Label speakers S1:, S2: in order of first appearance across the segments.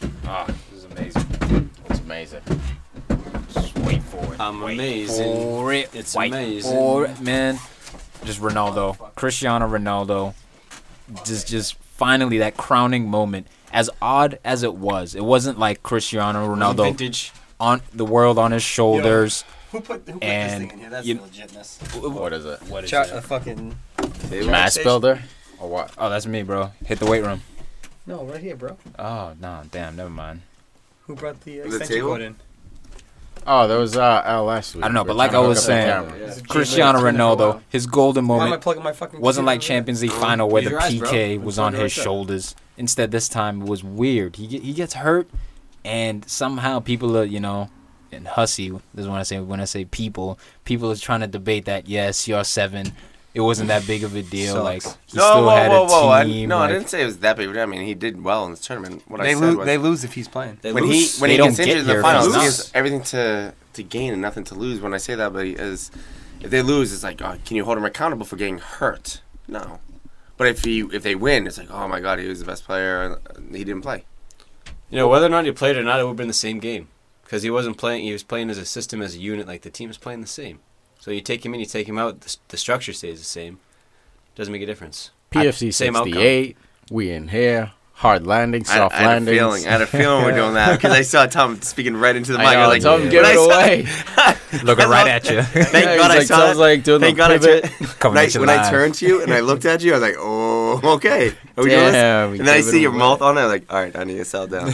S1: was Ah, amazing.
S2: It's amazing. Just wait for it.
S3: I'm
S2: Wait
S3: amazing.
S2: For it.
S3: It's
S2: wait
S3: amazing.
S2: For it, man.
S1: Just Ronaldo, Cristiano Ronaldo, just just finally that crowning moment. As odd as it was, it wasn't like Cristiano Ronaldo
S3: Vintage.
S1: on the world on his shoulders.
S4: Who put, who put this
S1: And
S4: thing in here? That's
S1: you-
S4: legitness.
S2: What is it?
S3: What is
S4: Char-
S3: it?
S4: a fucking.
S2: Mass builder or what?
S1: Oh, that's me, bro. Hit the weight room.
S4: No, right here, bro.
S1: Oh no, damn, never mind.
S4: Who brought the uh,
S5: The
S4: extension
S5: table?
S4: cord in?
S2: Oh, there was uh, L last week.
S1: I don't know,
S2: We
S1: but
S2: were
S1: like
S2: trying to
S1: I was
S2: hook up the
S1: saying,
S2: camera.
S4: Is it-
S1: Cristiano
S4: It's been there for a
S1: Ronaldo,
S4: while.
S1: his golden
S4: Why am I
S1: moment
S4: plugging my fucking?
S1: wasn't like
S4: computer
S1: Champions League final where the
S5: Use your eyes, bro.
S1: PK was on
S5: That's what
S1: his
S5: I said.
S1: shoulders. Instead, this time it was weird. He get, he gets hurt, and somehow people are you know, and hussy. This is when I say when I say people, people are trying to debate that. Yes, CR seven, it wasn't that big of a deal.
S4: Sucks.
S1: Like he
S5: No,
S1: still
S5: whoa,
S1: had
S5: whoa, whoa!
S1: a team.
S5: I, no,
S1: like,
S5: I didn't say it was that big. I mean, he did well in this tournament. What
S4: over there?
S5: I
S4: They
S5: said
S4: lose.
S5: was
S4: They lose if he's playing.
S3: They
S5: when
S3: lose.
S5: he when
S1: They
S5: he
S1: don't
S5: gets
S1: get
S5: injured in
S1: here
S5: the
S1: if he's
S5: finals,
S1: not.
S5: he has everything to to gain and nothing to lose. When I say that, but he is if they lose, it's like, oh, can you hold him accountable for getting hurt? No. But if he if they win, it's like, oh my god, he was the best player. and He didn't play.
S3: You know, whether or not he played or not, it would have been the same game. Because he wasn't playing, he was playing as a system, as a unit, like the team is playing the same. So you take him in, you take him out, the, s- the structure stays the same. Doesn't make a difference.
S2: PFC
S3: Same outcome.
S2: 68. We in here. Hard landing,
S5: I,
S2: soft
S5: I had a
S2: landing.
S5: feeling. I had a feeling we're doing that because I saw Tom speaking right into the mic.
S2: I know,
S5: was like,
S2: Tom,
S5: when
S2: give
S5: I
S2: it
S5: saw-
S2: away.
S1: looking right
S5: I
S1: at you,
S5: Thank
S2: Yeah,
S5: God
S2: he's
S5: I
S2: like,
S5: saw
S2: Tom's
S5: that.
S2: like doing
S5: Thank
S2: the
S5: God I
S2: pivot.
S5: turned.
S1: coming
S5: When I,
S1: at you
S5: when I
S1: live.
S5: turned to you and I looked at you, I was like, "Oh, okay." Are we doing this?
S2: Damn, we
S5: And then I
S2: gave it
S5: see your
S2: away.
S5: mouth on it. I'm like, "All right, I need to settle down."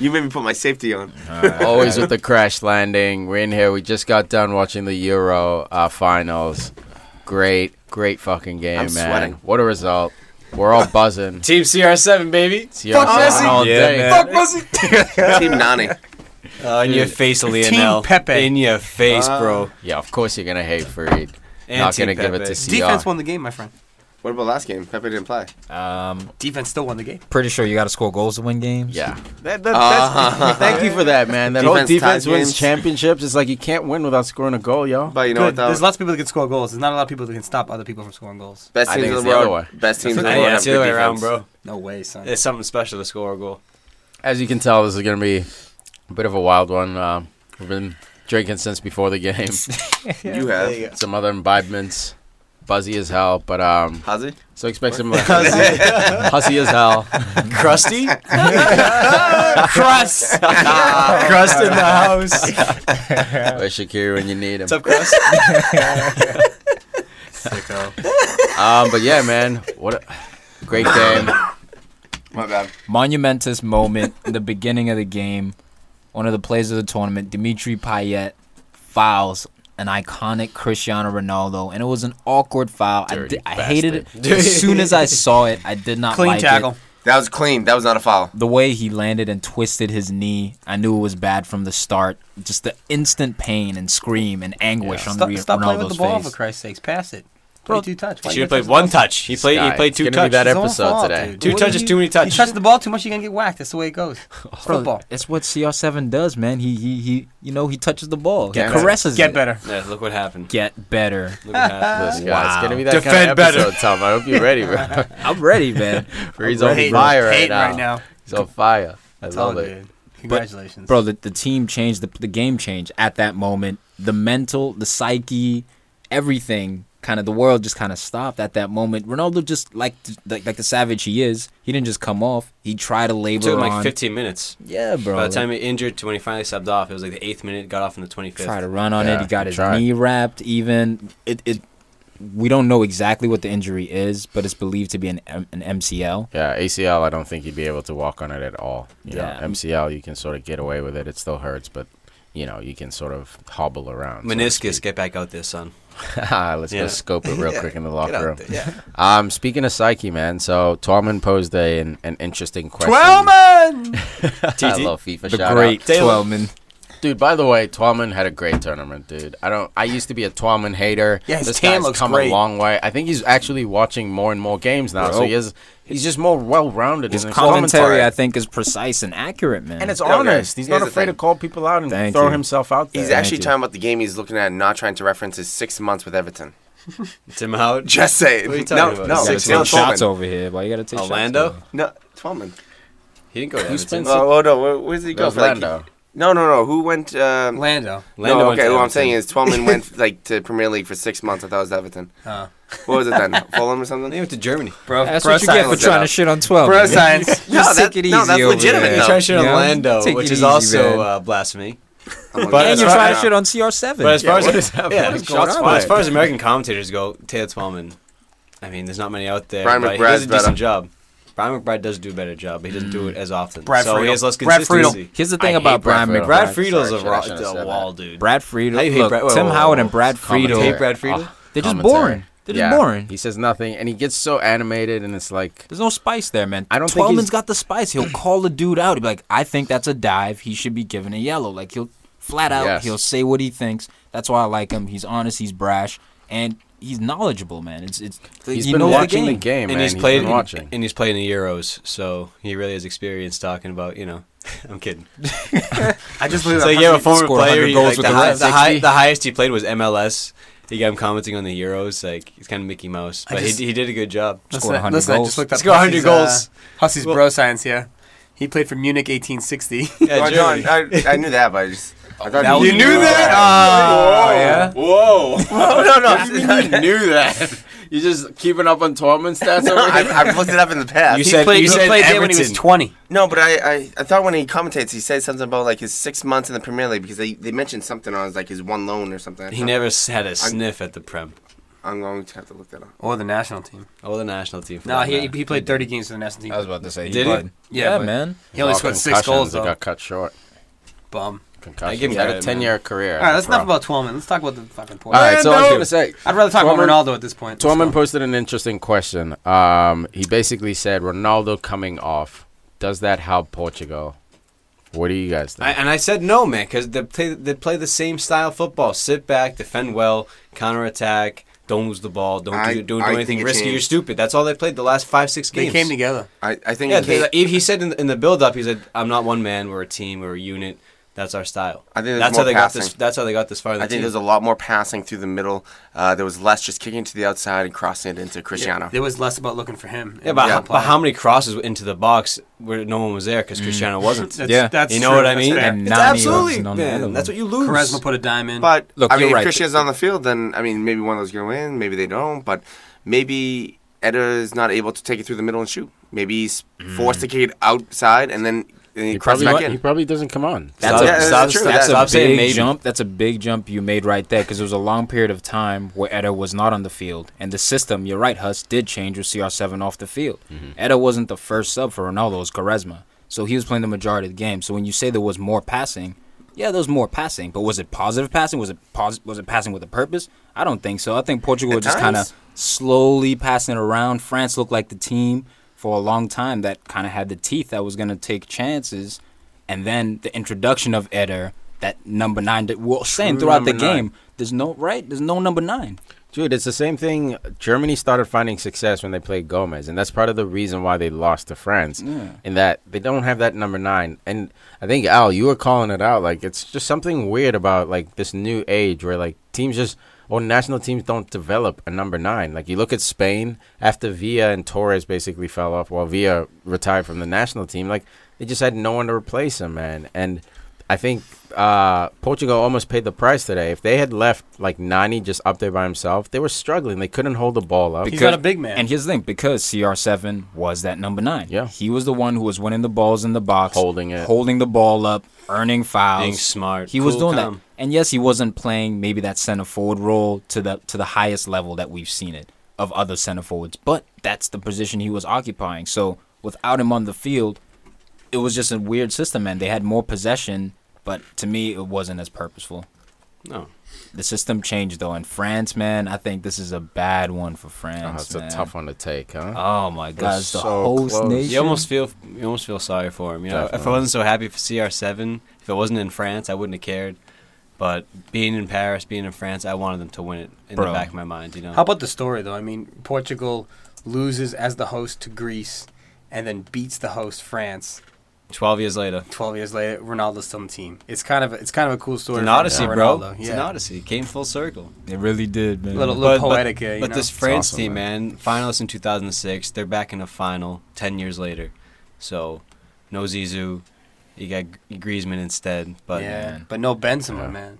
S5: you made me put my safety on.
S2: Always with the crash landing. We're in here. We just got done watching the Euro uh, finals. Great, great fucking game,
S5: I'm
S2: man.
S5: sweating.
S2: What a result. We're all buzzing.
S3: Team CR7, baby.
S2: It's your seven all
S1: Yeah,
S2: day.
S1: man.
S5: Team Nani.
S3: Uh, in your face, Lionel.
S4: Pepe.
S3: In your face,
S5: Uh,
S3: bro.
S2: Yeah, of course you're gonna hate Farid.
S3: And
S2: Not
S3: Team
S2: gonna give it
S3: Pepe.
S2: to CR.
S4: Defense won the game, my friend.
S5: What about last game? Pepe didn't play.
S1: Um,
S4: Defense still won the game.
S1: pretty sure you got to score goals to win games.
S2: Yeah.
S5: Uh-huh.
S2: Thank you for that, man. That
S5: Defense
S2: whole
S5: ties
S2: defense wins
S5: games.
S2: championships. It's like you can't win without scoring a goal, y'all.
S5: But you know
S4: Good.
S5: what? Though?
S4: There's lots of people that can score goals. There's not a lot of people that can stop other people from scoring goals.
S5: Best
S2: I
S5: teams
S2: think
S5: in
S2: it's
S5: the
S2: the other
S5: world.
S2: way.
S5: Best teams in the
S3: Hey,
S5: world.
S3: yeah,
S5: have
S3: it's the other
S5: good
S3: way around,
S5: defense.
S3: bro.
S4: No way, son.
S3: It's something special to score a goal.
S2: As you can tell, this is gonna be a bit of a wild one. Um, we've been drinking since before the game.
S5: You have
S2: some other imbibements. Buzzy as hell, but um,
S5: Hazi.
S2: so expect some hussy as hell.
S3: Crusty? Crust! Crust in the house.
S2: Where's Shakir when you need him?
S3: What's up, Crust?
S2: Um, but yeah, man, what a great game.
S5: My bad.
S1: monumentous moment in the beginning of the game. One of the plays of the tournament, Dimitri Payet fouls an iconic Cristiano Ronaldo, and it was an awkward foul. I,
S2: Dirty
S1: di- I hated
S2: bastard.
S1: it as soon as I saw it. I did not
S4: Clean
S1: like
S4: tackle.
S1: it.
S5: That was clean. That was not a foul.
S1: The way he landed and twisted his knee, I knew it was bad from the start. Just the instant pain and scream and anguish
S2: Yeah.
S1: on
S4: Stop,
S1: Re-
S4: stop playing with the
S1: Ronaldo's
S4: ball,
S1: face.
S4: for Christ's sakes. Pass it.
S1: Bro,
S4: Play two touch.
S3: Should
S4: Why
S3: have
S4: you
S3: played
S4: touch
S3: one
S4: the ball?
S3: touch. He played, he
S2: Sky,
S3: played two
S2: it's gonna be
S3: touches.
S2: that
S4: It's all
S2: episode
S4: fault,
S2: today.
S4: dude.
S3: Two
S4: What
S3: touches,
S4: you-
S3: too many
S4: You
S3: touches.
S4: touch the ball too much, you're gonna get whacked. That's the way it goes.
S1: Bro,
S4: Football.
S1: It's what CR7 does, man. He he he. You know, he touches the ball.
S2: Get
S1: he
S2: better.
S1: caresses
S4: Get
S1: it.
S4: better.
S3: Yeah, look what happened.
S1: Get better.
S3: Look what happened.
S2: This guy, it's gonna be that kind
S3: Defend
S2: of
S3: better.
S2: episode, Tom. I hope you're ready, bro.
S1: I'm ready, man.
S2: He's on
S4: Hating-
S2: fire right
S4: hating
S2: now.
S4: right now.
S2: He's on fire. I
S4: That's
S2: love
S4: all,
S2: it.
S4: dude. Congratulations.
S1: bro the, the team changed the, the game changed at that moment the mental the psyche everything kind of the world just kind of stopped at that moment ronaldo just like th- like, like the savage he is he didn't just come off he tried to
S3: It
S1: labor
S3: took him
S1: on-
S3: like 15 minutes.
S1: yeah bro
S3: By the time he injured to when he finally subbed off, it was like the eighth minute, got off in the 25th.
S1: tried to run on it
S2: Yeah,
S1: he got
S2: he
S1: his
S2: tried.
S1: knee wrapped even it, it we don't know exactly what the injury is but it's believed to be an, M- an mcl
S2: Yeah, ACL. I don't think you'd be able to walk on it at all. You
S1: Yeah.
S2: know, MCL, you can sort of get away with it. It still hurts, but you know, you can sort of hobble around. so to
S3: Meniscus,
S2: speak. Ah,
S3: get back out there, son.
S2: Let's
S3: Yeah.
S2: go scope it real quick in the
S5: Get out
S2: locker room.
S5: there, yeah.
S2: Um, speaking of psyche, man. So Twelman posed a, an, an interesting question.
S4: Twelman!
S2: I
S3: TT.
S2: love FIFA.
S1: the
S2: shout out.
S1: great
S3: Taylor.
S1: twelman
S2: Dude, by the way, Twelman had a great tournament, dude. I don't. I used to be a Twelman hater.
S4: Yeah, his
S2: this
S4: tan
S2: guy's
S4: looks
S2: come
S4: great.
S2: a long way. I think he's actually watching more and more games now, so
S1: Bro.
S2: he is. He's just more well-rounded.
S1: his
S2: in
S1: commentary i think is precise and accurate man
S2: and it's
S5: Okay,
S2: honest. He's
S5: here's
S2: not
S5: the
S2: afraid
S5: thing.
S2: to call people out and
S1: Thank
S2: throw
S1: you.
S2: himself out there.
S5: He's
S1: Thank
S5: actually
S1: you.
S5: talking about the game he's looking at, and not trying to reference his six months with Everton.
S3: Tim out.
S5: Just say it.
S3: What are you talking
S5: no,
S3: about?
S5: no,
S1: You gotta
S5: six
S1: take
S5: months.
S1: shots
S5: Twelman.
S1: over here. Why you gotta take shots?
S3: Orlando?
S1: over here?
S5: No, Twelman.
S3: He didn't go to
S1: Who's
S3: Edmonton.
S1: Spencer? Well,
S5: no, where, where's he
S2: That was Lando.
S5: no, no, no. Who went? Um,
S4: Lando.
S5: no,
S3: went
S5: okay.
S3: to
S5: What I'm
S3: Edmonton.
S5: saying is, Twelman went like to Premier League for six months. I thought it was Everton.
S4: Uh,
S5: What was it then? Fulham or
S3: They
S5: something?
S3: went to Germany.
S4: bro,
S1: That's
S4: bro
S1: what you get for
S5: science.
S1: trying to shit on twelve.
S4: Bro
S1: man.
S4: science.
S1: You
S5: No,
S1: just
S5: that-
S1: take it
S5: no,
S1: easy
S5: that's
S1: over
S5: legitimate,
S1: there.
S5: though.
S3: They
S5: Yeah.
S3: tried to shit on
S1: Yeah.
S3: Lando,
S1: Take
S3: which
S1: it
S3: is
S1: easy,
S3: also
S1: man.
S3: uh, blasphemy.
S5: Oh my
S3: But-
S5: God.
S1: And you
S3: That's
S1: try
S3: right.
S1: to shit on CR7.
S3: But as far
S2: what
S3: as
S2: is that?
S3: yeah,
S2: What is
S3: shots
S2: going on
S3: fired. as
S2: there?
S3: far as American commentators go, Taylor Twellman. I mean, there's not many out there.
S5: Brian
S3: but he does
S5: McBride's
S3: a decent
S5: better.
S3: job. Brian McBride does do a better job, but he doesn't do it as often.
S4: Brad
S3: so he
S4: Friedel.
S3: has less
S4: Brad Friedel.
S3: consistency.
S1: Here's the thing
S2: I
S1: about
S2: hate Brad
S1: Brian
S2: Friedel.
S1: McBride.
S3: Brad Friedel's a,
S2: Sorry,
S3: ro-
S2: I shouldn't have
S3: a
S2: said that.
S3: wall dude.
S1: Brad Friedel.
S3: How you hate
S1: Look,
S3: Brad- whoa,
S1: Tim
S3: whoa, whoa,
S1: Howard
S3: whoa.
S1: and Brad Friedel. Ah,
S3: Hate Brad Friedel?
S1: They're just
S2: Commentary.
S1: boring. They're just
S2: Yeah.
S1: boring.
S2: He says nothing, and he gets so animated, and it's like
S1: There's no spice there, man.
S2: I don't think
S1: Twelman's
S2: he's-
S1: got the spice. He'll call the dude out. He'll be like, I think that's a dive. He should be given a yellow. Like he'll flat out.
S2: Yes.
S1: He'll say what he thinks. That's why I like him. He's honest. He's brash, and he's knowledgeable, man. It's it's.
S2: he's
S1: he
S2: been
S1: knows
S2: watching
S1: the game.
S2: game,
S3: and
S2: man.
S3: he's played
S2: been watching.
S3: and he's playing the Euros, so he really has experience talking about you know. I'm kidding.
S5: I just believe
S3: So
S5: that.
S3: you have a
S5: person-
S3: former
S1: scored 100
S3: player. He,
S1: goals
S3: like,
S1: with
S3: the,
S1: the
S3: high,
S1: Red
S3: the, high,
S1: 60.
S3: the highest he played was MLS. He got him commenting on the Euros, like he's kind of Mickey Mouse,
S4: I
S3: but
S4: just-
S3: he, he did a good job.
S1: Scored 100
S4: listen, I
S1: goals.
S4: just looked up
S3: Let's go 100
S4: Hussey's, uh,
S3: goals.
S4: Hussey's
S3: Well-
S4: bro science here. He played for Munich 1860.
S3: Yeah,
S5: Oh, no,
S3: Germany.
S5: I, I knew that, but I just. I thought
S4: That was- You knew that?
S5: Whoa.
S4: Oh, yeah?
S5: Whoa. no, no.
S2: What do you mean you knew that. You just keeping up on Tormund stats
S5: No,
S2: over
S5: I,
S2: here.
S5: I've looked it up in the past.
S3: You said-
S4: played,
S3: you
S4: he
S3: said
S4: played there when he was
S3: Everton.
S4: 20.
S5: no, but I, I, I thought when he commentates, he said something about like his six months in the Premier League because they, they mentioned something on his like his one loan or something.
S3: he never s- had a sniff at the Prem
S5: I'm going to have to look that up.
S4: Or the national team.
S3: or the national team. for
S4: No,
S3: that
S4: he,
S3: matter.
S4: he played 30 games for the national team.
S2: I was about to say.
S3: Did he?
S2: played-
S1: Yeah,
S4: but
S1: man.
S4: He only
S2: all
S4: scored six
S2: concussions,
S4: goals,
S2: He
S4: though.
S2: got cut short.
S4: Bum.
S2: Concussions.
S3: give him
S2: He had a
S3: credit, man.
S2: ten-year career.
S4: All right, that's
S2: Bro.
S4: enough about Twelman. Let's talk about the fucking
S2: All
S4: point.
S2: right, so I was
S3: Orlando.
S2: gonna say.
S4: I'd rather talk
S2: Twelman-
S4: about Ronaldo at this point. Let's
S2: Tormund
S4: go.
S2: posted an interesting question. Um, he basically said Ronaldo coming off. Does that help Portugal? What do you guys
S3: I,
S2: think?
S3: and I said no, man, because they play they play the same style football: sit back, defend well, counterattack, don't lose the ball, don't
S5: I-
S3: do, don't do
S5: I
S3: anything
S5: think it
S3: risky. You're
S5: changed.
S3: stupid. That's all they played the last five six
S4: They
S3: games.
S4: came together.
S5: I, I think
S3: Yeah,
S5: he came,
S3: they, he said in, in the build up, he said, "I'm not one man. We're a team. We're a unit. That's our style."
S5: I think there's
S3: that's
S5: more
S3: how they got this.
S5: passing.
S3: That's how they got this far. In the
S5: I think
S3: team.
S5: there's a lot more passing through the middle. Uh, there was less just kicking to the outside and crossing it into Cristiano.
S4: There was less about looking for him.
S3: yeah, but,
S5: Yeah.
S3: but how many crosses into the box where no one was there because Cristiano wasn't?
S4: That's,
S1: Yeah.
S4: that's
S3: you know
S4: true.
S3: what I
S4: That's
S3: mean?
S4: fair.
S1: And
S3: It's
S1: Nani
S3: absolutely,
S1: wasn't on the other
S3: man. That's
S1: one.
S3: what you lose.
S4: Charisma put a dime in.
S5: But
S1: Look,
S5: I mean,
S1: you're
S5: if
S1: right.
S5: Cristiano's on the field, then I mean, maybe one of those going to win. Maybe they don't. But maybe Eder is not able to take it through the middle and shoot. Maybe he's forced to kick it outside and then and he
S2: he,
S5: crosses
S2: probably
S5: back
S2: wa- he
S5: in.
S2: probably doesn't come on.
S1: That's a,
S5: Yeah, that's
S1: stop,
S5: true.
S1: stop- that's
S5: That's-
S1: a
S3: stop saying
S1: big
S3: maybe.
S1: jump. That's a big jump you made right there because it was a long period of time where Etta was not on the field, and the system. You're right, Huss did change with CR7 off the field. Etta wasn't the first sub for Ronaldo; it was Quaresma, so he was playing the majority of the game. So when you say there was more passing, yeah, there was more passing, but was it positive passing? Was it pos- Was it passing with a purpose? I don't think so. I think Portugal
S5: At
S1: was just kind of
S5: times.
S1: slowly passing it around. France looked like the team for a long time that kind of had the teeth that was going to take chances and then the introduction of Eder, that number nine. That we're saying
S2: True
S1: throughout the
S2: number nine.
S1: game, there's no right. There's no number nine.
S2: Dude, it's the same thing. Germany started finding success when they played Gomez, and that's part of the reason why they lost to France. In that they don't have that number nine, and I think Al, you were calling it out. Like it's just something weird about like this new age where like teams just or national teams don't develop a number nine. Like you look at Spain after Villa and Torres basically fell off while Villa retired from the national team. Like they just had no one to replace him, man. And I think uh, Portugal almost paid the price today. If they had left like Nani just up there by himself, they were struggling. They couldn't hold the ball up.
S4: He's not a big man.
S1: And here's the thing: because CR7 was that number nine.
S2: Yeah.
S1: he was the one who was winning the balls in the box,
S2: Holding it.
S1: holding the ball up, earning fouls,
S3: Being smart.
S1: He was
S3: Cool,
S1: doing
S3: calm.
S1: that. And yes, he wasn't playing maybe that center forward role to the to the highest level that we've seen it of other center forwards, but that's the position he was occupying. So without him on the field, it was just a weird system, and they had more possession, but to me, it wasn't as purposeful.
S3: No,
S1: The system changed though, and France, man, I think this is a bad one for
S2: Oh,
S1: France.
S2: that's a
S1: man.
S2: tough one to take, huh?
S1: Oh my God, it's the
S2: so
S1: host
S2: close.
S1: nation.
S3: you almost feel you almost feel sorry for him. You know, if I
S2: Definitely.
S3: wasn't so happy for CR7, if it wasn't in France, I wouldn't have cared. But being in Paris, being in France, I wanted them to win it in the
S1: Bro.
S3: back of my mind. You know,
S4: How about the story though? I mean, Portugal loses as the host to Greece, and then beats the host France.
S3: twelve years later,
S4: Twelve years later, Ronaldo's still on the team. It's kind of it's kind of a cool
S3: it's
S4: story.
S3: an
S4: for
S3: odyssey, bro.
S4: Ronaldo.
S3: It's an odyssey. It came full circle.
S1: it really did, man.
S4: Little- little poetic, uh, you
S3: but
S4: know?
S3: this
S4: It's
S3: France
S2: awesome,
S3: team, man, finalists in 2006, they're back in a final 10 years later. So no Zizou. You got G- Griezmann instead, but
S4: yeah,
S1: man.
S4: but no Benzema,
S2: Yeah.
S4: man.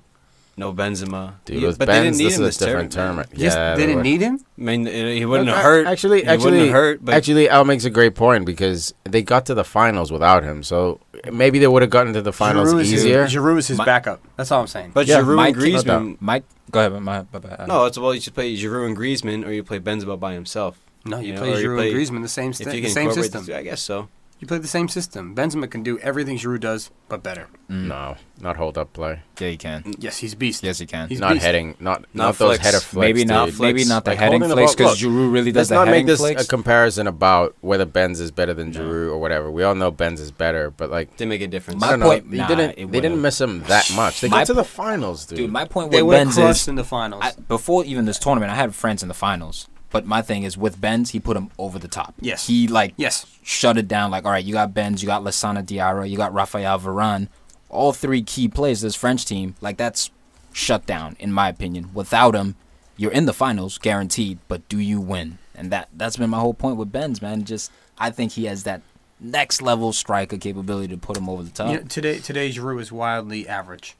S3: no Benzema.
S2: Dude,
S3: Yeah,
S2: with
S3: but
S2: Benz, this is a
S3: this
S2: different
S3: term,
S2: term.
S3: man.
S4: Yes,
S2: Yeah,
S4: they didn't
S2: were-
S4: need him.
S3: I mean, it, it wouldn't
S2: Ac-
S3: have hurt.
S2: Actually,
S3: it
S2: actually,
S3: wouldn't have hurt. But
S2: actually, Al makes a great point because they got to the finals without him. So maybe they would have gotten to the finals
S4: Giroud is his-
S2: easier.
S4: Giroud is his
S3: My-
S4: backup. That's all I'm saying.
S3: but
S2: Yeah,
S3: Giroud
S1: Mike
S3: and Griezmann.
S1: Mike, go ahead. My, my, my,
S3: No, it's well, you should play Giroud and Griezmann, or you play Benzema by himself.
S4: no, you,
S3: you know,
S4: play
S3: or you
S4: Giroud
S3: play-
S4: and Griezmann the same sti-
S3: if you
S4: the
S3: can
S4: same
S3: incorporate
S4: system.
S3: The, I guess so.
S4: you play the same system. Benzema can do everything Giroud does, but better.
S1: Mm.
S2: No, not hold up play.
S1: Yeah, you can.
S4: Yes, he's a beast.
S1: Yes, you can.
S4: He's
S2: not
S4: beast.
S2: heading. Not not,
S3: Not
S2: those
S3: flex.
S2: header flicks.
S1: maybe not.
S2: dude.
S1: Maybe
S3: Flicks.
S1: not the
S2: Like,
S1: heading
S2: holding the
S1: flicks
S2: ball-
S1: because Giroud really does
S2: Let's
S1: the
S2: not
S1: heading
S2: make this
S1: flicks.
S2: a comparison about whether Benz is better than
S1: No.
S2: Giroud or whatever. We all know Benz is better, but like
S3: Didn't make a difference.
S1: My
S2: I don't
S1: point-
S2: know, they
S1: nah, it
S2: didn't. They
S1: would've.
S2: didn't miss him that much. They
S1: My
S2: got to the finals, dude.
S1: Dude, my point
S4: They
S1: with
S4: would have
S1: Benz
S4: crushed
S1: is
S4: in the finals.
S1: I, before even this tournament, I had friends in the finals. But my thing is with Benz, he put him over the top.
S4: Yes.
S1: He like
S4: yes,
S1: shut it down. Like, all right, you got Benz, you got Lasana Diarra, you got Rafael Varane. All three key players this French team, like that's shut down in my opinion. Without him, you're in the finals guaranteed, but do you win? And that that's been my whole point with Benz, man. Just I think he has that next level striker capability to put him over the
S3: uh,
S1: top.
S4: You know, today today Giroud is wildly average.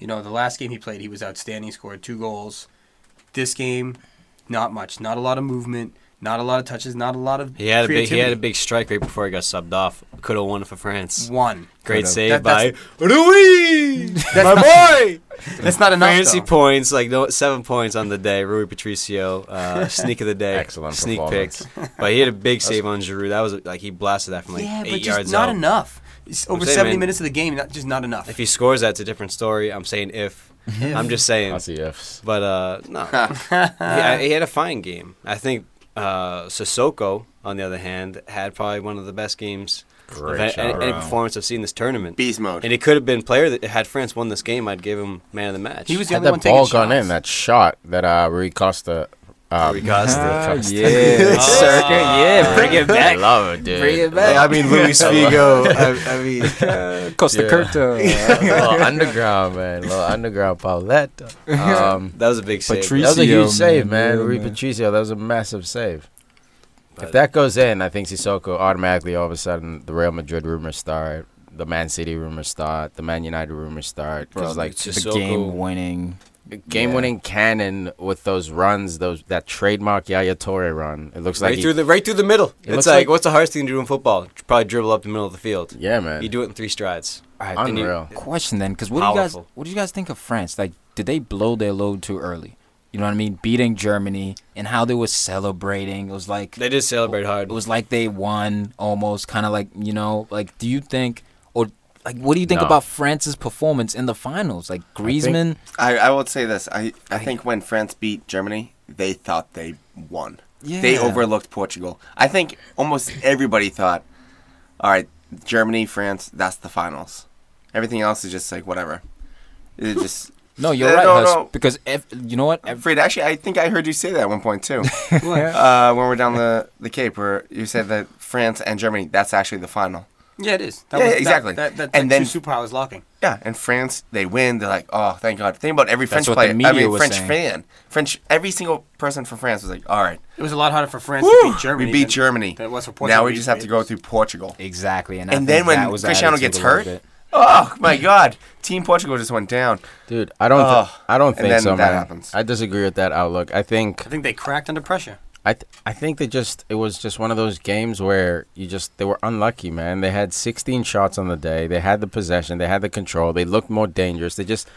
S4: You know, the last game he played, he was outstanding, scored two goals. This game, not much, not a lot of movement, not a lot of touches, not a lot of
S3: He had a big, he
S4: creativity.
S3: had a big strike right before he got subbed off. Could have won for France.
S4: one.
S3: Great
S1: Could've.
S3: save
S4: That-
S3: by
S4: that's-
S3: Rui, my boy.
S4: That's not enough.
S3: Fancy
S4: though.
S3: points, like no seven points on the day. Rui Patricio, uh, sneak of the day,
S2: Excellent
S3: sneak pick.
S2: performance.
S3: But he had a big save on Giroud. That was like he blasted that from like
S4: yeah,
S3: eight
S4: but
S3: yards
S4: just not
S3: out.
S4: enough. It's over
S3: saying,
S4: seventy
S3: man.
S4: minutes of the game, not just not enough.
S3: If he scores, that's a different story. I'm saying if. I'm just saying.
S2: I'll see ifs.
S3: But uh, no, yeah, he had a fine game. I think uh, Sissoko, on the other hand, had probably one of the best games of
S2: Great
S3: any,
S2: shot.
S3: any, any performance I've seen this tournament.
S5: Beast mode.
S3: And it could have been player that had France won this game, I'd give him man of the match.
S4: he was the
S2: Had
S4: only one
S2: that
S4: taking
S2: ball gone
S4: shots.
S2: in, that shot that uh, Rui Costa. Um,
S3: Rui Costa.
S1: yeah,
S3: Circa,
S1: yeah, bring it
S2: I love it, dude.
S1: Bring it back.
S2: I mean, Luis Figo. I, I mean,
S1: Costa
S2: Yeah.
S1: Curta.
S2: little underground man, little underground Paulette. Um,
S3: that was a big save.
S1: Patrice-
S2: that was a
S1: Patricio,
S2: huge save,
S1: man.
S2: man.
S1: Yeah,
S2: Rui
S1: man.
S2: Patricio, that was a massive save.
S3: But-
S2: if that goes in, I think Sissoko automatically all of a sudden the Real Madrid rumors start, the Man City rumors start, the Man United rumors start.
S1: Bro,
S2: Because like
S3: it's
S1: the
S3: Sissoko.
S1: game winning.
S2: game winning cannon with those runs, those that trademark Yaya Torre run. It looks
S3: right
S2: like he-
S3: through the right through the middle.
S2: It
S3: it's
S2: looks
S3: like,
S2: like-
S3: what's the hardest thing to do in football? Probably dribble up the middle of the field.
S2: yeah, man.
S3: You do it in three strides.
S1: All right,
S3: think-
S2: Unreal.
S1: question then, because what do you
S3: Powerful.
S1: guys what do you guys think of France? Like, did they blow their load too early? You know what I mean? Beating Germany and how they were celebrating. It was like
S3: They did celebrate hard.
S1: it was like they won almost, kind of like you know, like do you think or like what do you think
S2: No.
S1: about France's performance in the finals? Like Griezmann,
S5: I, I will say this. I, I think when France beat Germany, they thought they won. They
S1: Yeah.
S5: overlooked Portugal. I think almost everybody thought, all right, Germany, France, that's the finals. Everything else is just like whatever. It just
S1: no, you're
S5: Yeah,
S1: right,
S5: no,
S1: Hus,
S5: no.
S1: because if, you know what,
S5: I'm
S1: Ev-
S5: afraid. Actually, I think I heard you say that at one point too. uh, when we're down the the Cape, where you said that France and Germany, that's actually the final.
S4: Yeah, it is. That
S5: Yeah,
S4: was,
S5: exactly.
S4: That, that, that,
S5: And
S4: and then
S5: then-
S4: two superpowers locking.
S5: Yeah, and France, they win. They're like, oh, thank God. Think about every
S1: That's
S5: French
S1: what the
S5: player,
S1: media
S5: I mean,
S1: was
S5: French
S1: saying.
S5: fan, French. Every single person from France was like, all right,
S4: It was a lot harder for France to
S5: whew,
S4: beat Germany.
S5: we beat
S4: than-
S5: Germany.
S4: than it was for
S5: now
S4: Portugal
S5: we
S4: to
S5: just
S4: beat
S5: have to go
S4: Greece.
S5: through Portugal.
S1: exactly, and, I
S5: And
S1: think
S5: then when
S1: that was the
S5: Cristiano
S1: attitude
S5: gets
S1: a little
S5: hurt,
S1: bit.
S5: Oh my God, Team Portugal just went down.
S2: Dude, I don't,
S5: Ugh.
S2: thi- I don't
S5: And
S2: think
S5: then
S2: so,
S5: that
S2: man.
S5: happens.
S2: I disagree with that outlook. I think
S4: I think they cracked under pressure.
S2: I th- I think they just it was just one of those games where you just they were unlucky, man. They had 16 shots on the day. They had the possession. They had the control. They looked more dangerous. They just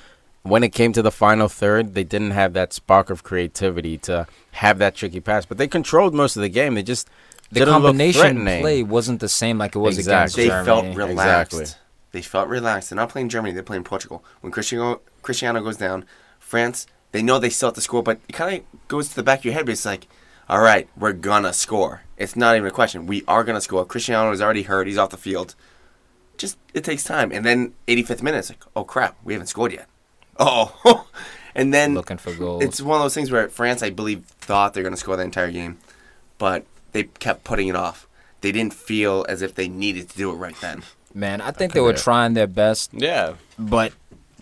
S2: when it came to the final third, they didn't have that spark of creativity to have that tricky pass. But they controlled most of the game. They just
S1: the
S2: didn't look
S1: combination
S2: threatening.
S1: play wasn't the same like it was against
S2: Exactly.
S5: They
S1: Germany.
S5: felt relaxed.
S2: Exactly.
S5: They felt relaxed. They're not playing Germany. They're playing Portugal. When Cristiano Cristiano goes down, France, they know they still have to score, but it kind of goes to the back of your head. But it's like, all right, we're gonna score. It's not even a question. We are gonna score. Cristiano is already hurt. He's off the field. Just it takes time. And then 85th minute, it's like, oh crap, we haven't scored yet. Oh, and then
S1: looking for goals.
S5: it's one of those things where France, I believe, thought they're going to score the entire game, but they kept putting it off. They didn't feel as if they needed to do it right then.
S1: Man, I think they were trying their best,
S3: yeah.
S1: but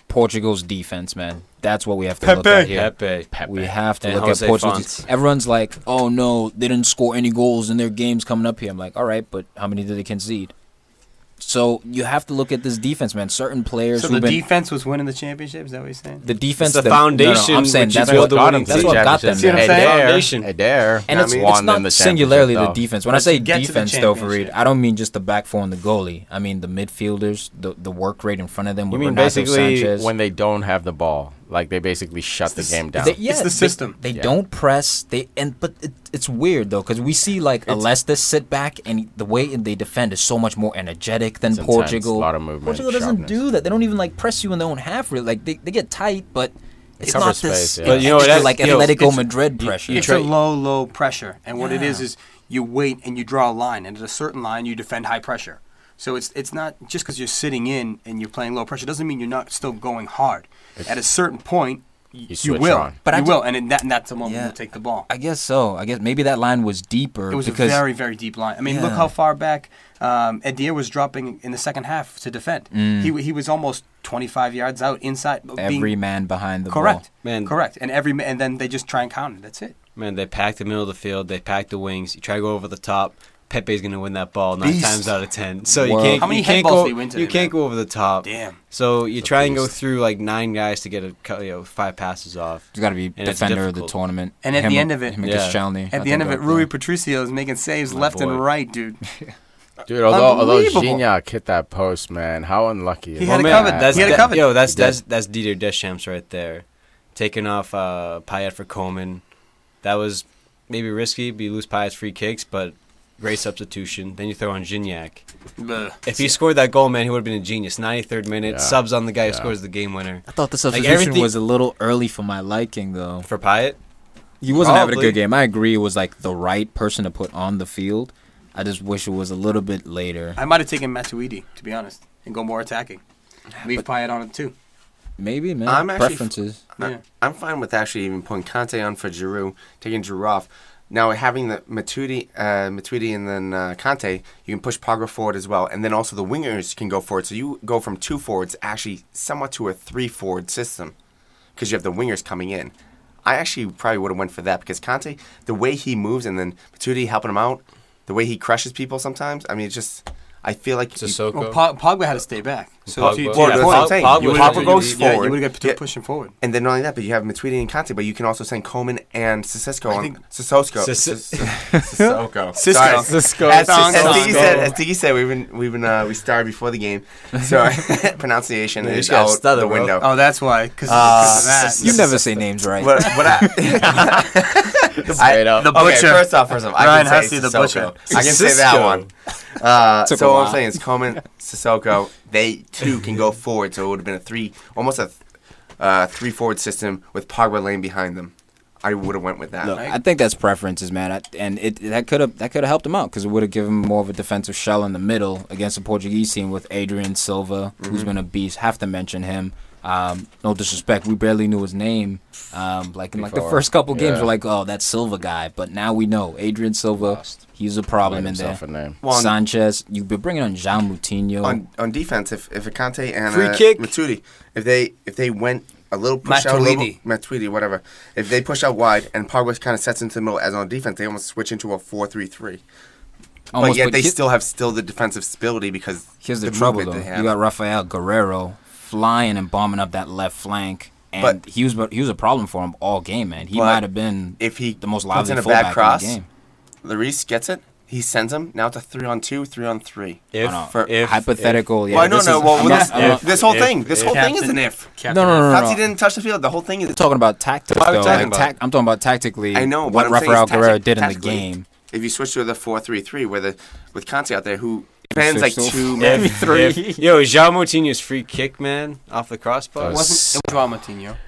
S1: Portugal's defense, man, that's what we have to look at here.
S3: Pepe.
S1: We have to
S3: And
S1: look
S3: Jose
S1: at Portugal's.
S3: Fontes.
S1: Everyone's like, "Oh no, they didn't score any goals in their games coming up here." I'm like, "All right, but how many did they concede?" So you have to look at this defense, man. Certain players
S4: So
S1: who've
S4: the
S1: been
S4: defense was winning the championship. Is that what you're saying?
S1: the defense,
S3: the
S1: that- no, no, I'm
S3: foundation
S1: saying
S3: which you
S1: that's
S3: build
S1: what
S3: the
S1: got them.
S3: winning
S1: That's what got them.
S4: See what I'm
S1: there.
S4: saying?
S3: Foundation.
S2: Adair.
S1: And it's,
S2: won
S1: it's
S2: them
S1: not
S2: the
S1: singularly the
S2: championship, though.
S1: defense. When I
S4: Let's
S1: say
S4: get to the
S1: defense, though, Fareed,
S4: championship.
S1: I don't mean just the back four and the goalie. I mean the midfielders, the, the work rate in front of them.
S2: You
S1: with
S2: mean
S1: Renato
S2: basically
S1: Sanchez.
S2: when they don't have the ball, like they basically shut the game down.
S1: They, yeah,
S4: the
S1: they-
S4: system.
S1: They,
S2: Yeah.
S1: don't press. They and but it, it's weird though because we see like Alesta sit back and the way they defend is so much more energetic than
S2: It's intense,
S1: Portugal.
S2: lot of movement,
S1: Portugal doesn't
S2: sharpness.
S1: do that. They don't even like press you in their own half. Really, like they, they get tight, but it's
S2: cover
S1: not
S2: space,
S1: this.
S2: yeah.
S3: But you know what,
S1: extra,
S3: that's-
S1: like
S3: you know,
S1: Atletico
S4: it's-
S1: Madrid pressure.
S4: it's a low, low pressure, and what it is
S1: Yeah.
S4: is you wait and you draw a line, and at a certain line you defend high pressure. So it's it's not just because you're sitting in and you're playing low pressure doesn't mean you're not still going hard. at a certain point, y- you,
S2: switch
S4: will,
S2: on.
S1: But
S4: but
S1: I
S4: you
S1: ju-
S4: will, and in that and that's the moment
S1: Yeah.
S4: you take the ball.
S1: I guess so. I guess maybe that line was deeper
S4: It was
S1: because
S4: a very, very deep line. I mean, look
S1: Yeah.
S4: how far back um, Adir was dropping in the second half to defend. He w- he was almost 25 yards out inside. but being-
S1: Mm. every man behind the
S4: correct,
S1: ball.
S3: Man.
S4: correct, and every ma- and then they just try and counter. That's it.
S3: Man, they pack the middle of the field. They pack the wings. You try to go over the top. Pepe's gonna win that ball nine
S4: Beast.
S3: times out of ten. So you
S1: Wow.
S3: can't.
S4: How many
S3: you can't
S4: headballs
S3: go,
S4: did he win today,
S3: You can't
S4: man?
S3: go over the top.
S4: Damn.
S3: So you try and go
S2: beast.
S3: through like nine guys to get a cou- you know five passes off.
S1: He's got to be
S3: And it's
S1: defender of the
S3: difficult.
S1: tournament.
S4: And at
S1: Him-
S4: the end of it-
S1: him and
S3: Yeah.
S1: Koscielny, I
S4: At the
S1: think
S4: end of
S1: are
S4: it,
S1: up
S4: Rui
S1: there.
S4: Patricio is making saves
S3: My
S4: left and
S3: boy.
S4: right, dude.
S2: Dude, although although
S4: Unbelievable.
S2: Gignac hit that post, man, how unlucky is
S4: He
S2: that?
S4: had it
S3: man,
S4: covered.
S3: That's
S4: He had it
S3: that-
S4: covered.
S3: Yo, that's
S2: He did.
S3: that's that's Dieter Deschamps right there, taking off uh, Payet for Coleman. That was maybe risky. But you lose Payet's free kicks, but great substitution. Then you throw on Gignac. If he scored that goal, man, he would have been a genius. 93rd minute,
S2: Yeah.
S3: subs on the guy who
S2: Yeah.
S3: scores the game winner
S1: I thought the substitution
S3: everything-
S1: was a little early for my liking, though.
S3: for Payet.
S1: He wasn't having a
S3: Probably.
S1: good game. I agree. It was like the right person to put on the field. I just wish it was a little bit later.
S4: I might have taken Matuidi, to be honest, and go more attacking. Leave Payet on it too.
S1: Maybe, man.
S5: I'm actually-
S1: Preferences.
S5: I-
S4: Yeah.
S5: I'm fine with actually even putting Conte on for Giroud, taking Giroud off. Now having the Matuidi, uh, Matuidi and then uh, Conte, you can push Pogba forward as well, and then also the wingers can go forward. So you go from two forwards actually somewhat to a three forward system, because you have the wingers coming in. I actually probably would have went for that because Conte, the way he moves, and then Matuidi helping him out, the way he crushes people sometimes. I mean, it's just I feel like you-
S4: Well, Po- Pogba had to stay back. So to,
S3: uh, Pogba.
S4: to
S5: Well,
S4: your
S5: that's
S4: point-
S5: what I'm saying.
S3: Pogba
S5: You
S3: was
S5: Pogba
S3: really-
S5: goes
S4: yeah, you
S5: forward.
S4: would have got to
S5: Yeah.
S4: push him forward.
S5: And then not only that, but you have Matuidi and Conte, but you can also send Coleman and Sissoko
S4: I
S5: on
S4: think-
S5: Sissoko.
S3: Sis-
S5: Sissoko.
S4: Sissoko. Sissoko.
S5: Sorry. As,
S4: Sissoko.
S5: as Diggy
S4: Sissoko.
S5: said, as Diggy said, we've been we've been uh, we started before the game, so pronunciation
S3: Yeah, you
S5: is
S3: just gotta
S5: out
S3: stutter,
S5: the
S3: bro.
S5: window.
S4: Oh, that's why. Because
S3: Ah,
S4: of that.
S1: Uh, You never say names right.
S5: What, what I,
S2: Straight up.
S4: the
S5: okay,
S4: butcher.
S5: first off, first off, I
S4: Ryan
S5: can say
S4: Hussey, the
S5: Sissoko.
S4: butcher.
S5: I can say that
S3: Sissoko.
S5: one. Uh,
S1: Took
S5: so
S1: a
S5: what I'm
S1: while.
S5: saying is Coleman, Sissoko, they too can go forward, so it would have been a three, almost a th- uh, three forward system with Pogba Lane behind them. I would have went with that.
S1: Look, I think that's preferences, man. I, and it that could have that could have helped him out because it would have given him more of a defensive shell in the middle against the Portuguese team with Adrian Silva, who's been a beast. Have to mention him. Um, no disrespect, we barely knew his name. Um, like in like the
S2: Before,
S1: first couple games,
S2: yeah.
S1: we're like, oh, that Silva guy. But now we know Adrian Silva. He's a problem in there.
S2: himself a name.
S5: Well, on-
S1: Sanchez, you've been bringing on Jean Moutinho.
S5: on on defense if if a Conte and
S3: Free
S5: a
S3: kick.
S5: Matuidi if they if they went a little push out a little,
S4: Matuidi.
S5: Matuidi whatever if they push out wide and Pogba kind of sets into the middle as on defense they almost switch into a four three three. But
S1: Almost,
S5: yet they
S1: he-
S5: still have still the defensive stability because
S1: Here's the, trouble, though.
S5: movement they have.
S1: You got Rafael Guerrero flying and bombing up that left flank, and
S5: But-
S1: he was he was a problem for him all game, man. He
S5: But
S1: might have been
S5: if he
S1: the most
S5: puts
S1: lively
S5: in a
S1: fullback
S5: bad cross,
S1: in the game.
S5: Lloris gets it. He sends him now to three on two, three on three.
S3: if,
S1: I
S5: for-
S1: don't know.
S3: if
S1: hypothetical, yeah.
S5: well, no,
S1: this
S5: no.
S1: is-
S5: well,
S1: I'm
S5: this,
S1: not- I'm not-
S5: this whole
S3: if-
S5: thing, this whole thing is an if.
S1: no, no, no, no,
S5: Conte
S1: no.
S5: didn't touch the field. The whole thing is
S1: talking about tactics,
S5: Why are we
S1: though.
S5: talking
S1: Like,
S5: about
S1: tac- I'm talking about tactically.
S5: I know
S1: what
S5: but I'm saying
S1: Rafael
S5: is tactic-
S1: Guerrero did in the
S5: tactically,
S1: game.
S5: If you switch to the four three three, where the with Conte out there who fans like
S1: switched to-
S5: two
S3: if,
S5: men.
S3: if- yo, Jean Moutinho's free kick, man, off the crossbar.
S4: It
S2: That
S4: wasn't. It was Raul Matinho.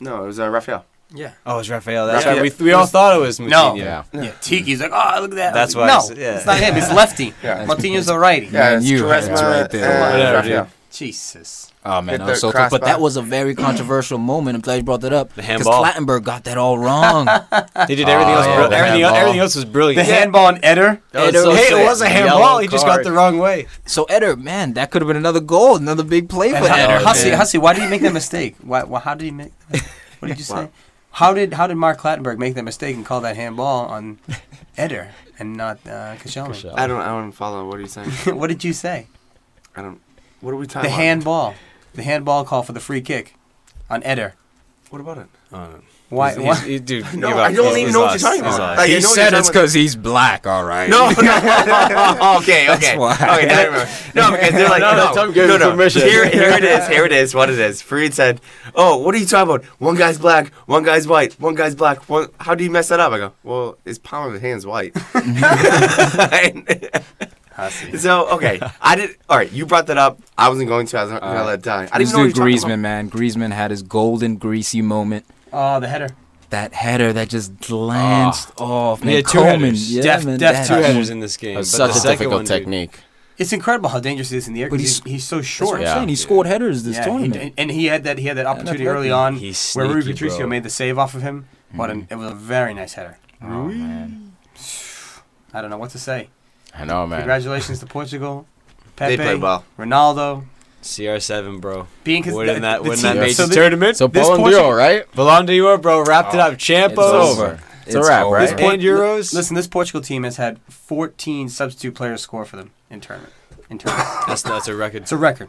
S5: No, it was uh, Raphael.
S4: Yeah.
S3: Oh, it's Rafael. That's
S5: Raphael.
S3: right. We, we all thought it was Moutinho.
S4: No.
S2: Yeah.
S4: Yeah. Tiki's like, oh, look at that.
S3: That's
S4: Like,
S3: why
S4: No,
S3: it's- yeah.
S4: it's not him. It's lefty.
S5: Yeah.
S4: Matinho's the righty.
S1: Yeah. Man,
S5: it's uh,
S1: you had it
S5: Quaresma
S1: right there.
S5: and
S3: Whatever,
S5: Raphael.
S3: dude.
S4: Jesus.
S1: Oh man,
S5: Hit
S1: I was
S5: the
S1: so close. But
S5: crossbar.
S1: that was a very controversial moment. I'm glad you brought that up.
S3: The
S1: because
S3: handball.
S1: Clattenburg got that all wrong.
S3: He did everything
S2: Oh,
S3: else.
S2: yeah,
S3: bro-
S2: the
S3: everything,
S2: handball.
S3: everything else was
S4: The
S3: brilliant.
S4: handball on Eder.
S2: That was
S3: Eder-
S2: so
S3: hey,
S2: sick.
S3: it was a handball.
S2: Yellow
S3: He just got
S2: card.
S3: the wrong way.
S1: so Eder, man, that could have been another goal, another big play for
S4: And Hu-
S1: Eder.
S4: Hussey,
S1: man.
S4: Hussey, why did he make that mistake? Why, why, how did he make? What did you say?
S5: Wow.
S4: How did how did Mark Clattenburg make that mistake and call that handball on Eder and not uh, Koscielny?
S5: I don't. I don't follow. What are you saying?
S4: what did you say?
S5: I don't. What are we talking
S4: The
S5: about?
S4: handball. The handball call for the free kick on Eder.
S5: What about it?
S3: Oh,
S4: Why?
S3: no.
S4: why-
S3: He's, he's, dude,
S5: No,
S3: give
S5: I don't
S3: up. He's-
S5: even
S3: he's
S5: know what
S3: lost.
S5: you're talking
S3: He's
S5: about.
S3: lost.
S5: Like,
S2: He
S5: I know
S2: said
S5: you're
S2: it's
S5: talking
S2: because he's black, all right.
S5: No, no. okay, okay.
S2: why.
S5: Okay, never mind. No, because they're like,
S2: No,
S5: no,
S2: that's- I'm giving
S5: no, no.
S2: permission.
S5: Here, here it is. Here it is. What it is. Fareed said, "Oh, what are you talking about? One guy's black, one guy's white, one guy's black. One. How do you mess that up?" I go, "Well, his palm of his hand's white."
S4: Hussy.
S5: so okay, I did. All right, you brought that up. I wasn't going to. I was not gonna
S1: Uh,
S5: let it die. I
S1: Let's
S5: didn't
S1: do
S5: know what you were talking
S1: Griezmann, man. Griezmann had his golden greasy moment.
S4: Oh, the header.
S1: That header that just glanced off. Man.
S3: He had two
S1: Coleman,
S3: headers.
S1: yeah,
S4: Def-
S1: man,
S4: def
S1: that-
S3: Two headers in this game.
S2: It's
S3: but the
S2: such a
S3: second
S2: difficult
S3: one, dude,
S2: technique.
S4: It's incredible how dangerous he is in the air.
S1: But
S4: 'cause
S1: he's-
S4: he's, he's so
S1: That's what
S4: short.
S1: I'm
S2: Yeah.
S1: saying. He scored headers this
S4: Yeah, he
S1: tournament.
S4: d- and he had that he had that opportunity early
S1: athletic.
S4: on
S3: He's
S4: where Rui
S3: sneaky,
S4: Patricio
S3: bro.
S4: made the save off of him. What
S1: Mm-hmm.
S4: an, it was a very nice header.
S1: Oh, man.
S4: I don't know what to say.
S2: I know, man.
S4: Congratulations to Portugal,
S5: They
S4: Pepe,
S5: played well.
S4: Ronaldo,
S3: CR7, bro.
S4: being cons-
S3: Winning that, winning
S4: team-
S3: that major
S4: so the-
S3: tournament.
S2: So
S4: This
S2: Ballon
S4: Portugal-
S2: d'Or, right?
S3: Belong to you, bro. Wrapped it up.
S1: It's
S3: Champo.
S1: over.
S2: It's a wrap,
S1: over.
S2: right?
S4: This Port-
S3: And Euros?
S4: Listen, this Portugal team has had 14 substitute players score for them in tournament. In tournament,
S3: That's, that's a record.
S4: it's a record,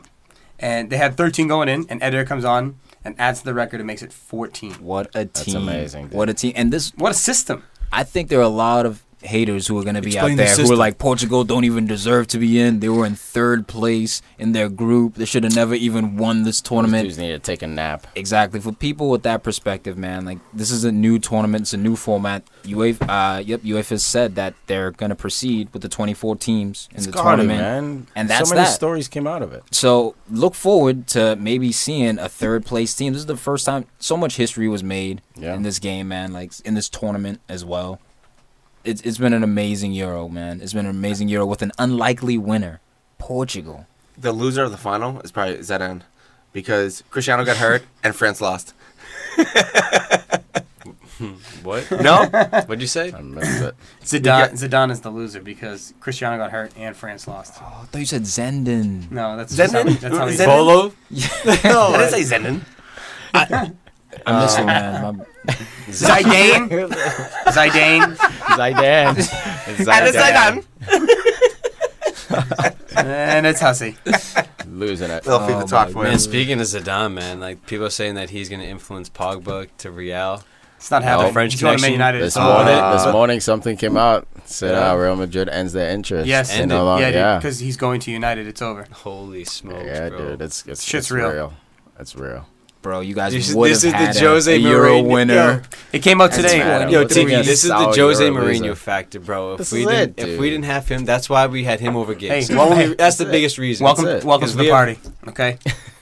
S4: and they had 13 going in, and Eder comes on and adds to the record and makes it 14.
S1: What a team!
S2: amazing, dude.
S1: What a team! And this,
S4: What a system!
S1: I think there are a lot of haters who are going to be
S3: Explain
S1: out
S3: the
S1: there who are
S3: system.
S1: like Portugal don't even deserve to be in. They were in third place in their group. They should have never even won this tournament.
S2: Dudes need to take a nap.
S1: Exactly. For people with that perspective, man, like this is a new tournament, it's a new format. UEFA, uh, yep, UEFA has said that they're going to proceed with the 24 teams in
S2: It's
S1: the
S2: gotta,
S1: tournament.
S2: man.
S1: And that's
S2: so many
S1: that.
S2: stories came out of it.
S1: So look forward to maybe seeing a third place team. This is the first time so much history was made
S2: Yeah.
S1: in this game, man. Like in this tournament as well. It's it's been an amazing Euro, man. It's been an amazing Euro with an unlikely winner, Portugal.
S5: The loser of the final is probably Zidane, because Cristiano got hurt and France lost.
S3: What?
S5: No,
S3: What'd you say?
S2: I missed it.
S4: Zidane, Zidane is the loser because Cristiano got hurt and France lost.
S1: Oh, I thought you said Zenden.
S4: No, that's
S5: Zidane?
S4: Just how, we- that's how we-
S5: Zidane?
S3: Bolo?
S5: no, I didn't say Zidane.
S1: I miss him, man. My-
S4: Zidane. Zidane.
S2: Zidane.
S5: And it's Zidane.
S4: and it's Hussey.
S2: Losing it.
S5: They'll feed
S1: Oh
S5: the talk
S1: my
S5: for
S3: Man,
S5: him.
S3: speaking of Zidane, man, like people are saying that he's gonna influence Pogba to Real.
S4: It's not happening.
S3: French
S4: He's going to Man United.
S3: connection.
S4: Oh,
S2: This
S4: It's not
S2: morning,
S4: happening.
S5: Uh,
S2: this morning, something came out said
S3: Yeah.
S2: uh, Real Madrid ends their interest.
S4: Yes.
S2: in
S3: End
S2: a
S3: it.
S2: long-
S4: yeah,
S2: yeah,
S4: dude, because he's going to United. It's over.
S3: Holy smokes,
S2: yeah,
S3: bro!
S2: dude, it's it's,
S4: Shit's
S2: it's
S4: real.
S2: It's real.
S1: Bro, you guys
S3: This is-
S1: would
S3: this
S1: have
S3: is
S1: had
S3: the Jose
S1: a, a Euro
S3: Mourinho.
S1: winner.
S4: It came out
S2: That's
S4: today.
S2: mad.
S3: Yo,
S2: What do you
S3: Timmy,
S2: mean?
S3: this is the
S2: Solid
S3: Jose
S2: Euro
S3: Mourinho
S2: loser.
S3: factor, bro. If
S2: This
S3: we
S2: is
S3: didn't,
S2: it,
S3: if
S2: dude.
S3: we didn't have him, that's why we had him over Gibbs.
S4: Hey,
S3: Well, that's the
S2: it.
S3: biggest reason.
S4: Welcome,
S2: That's it.
S4: welcome to the
S3: Because we
S4: party. Okay,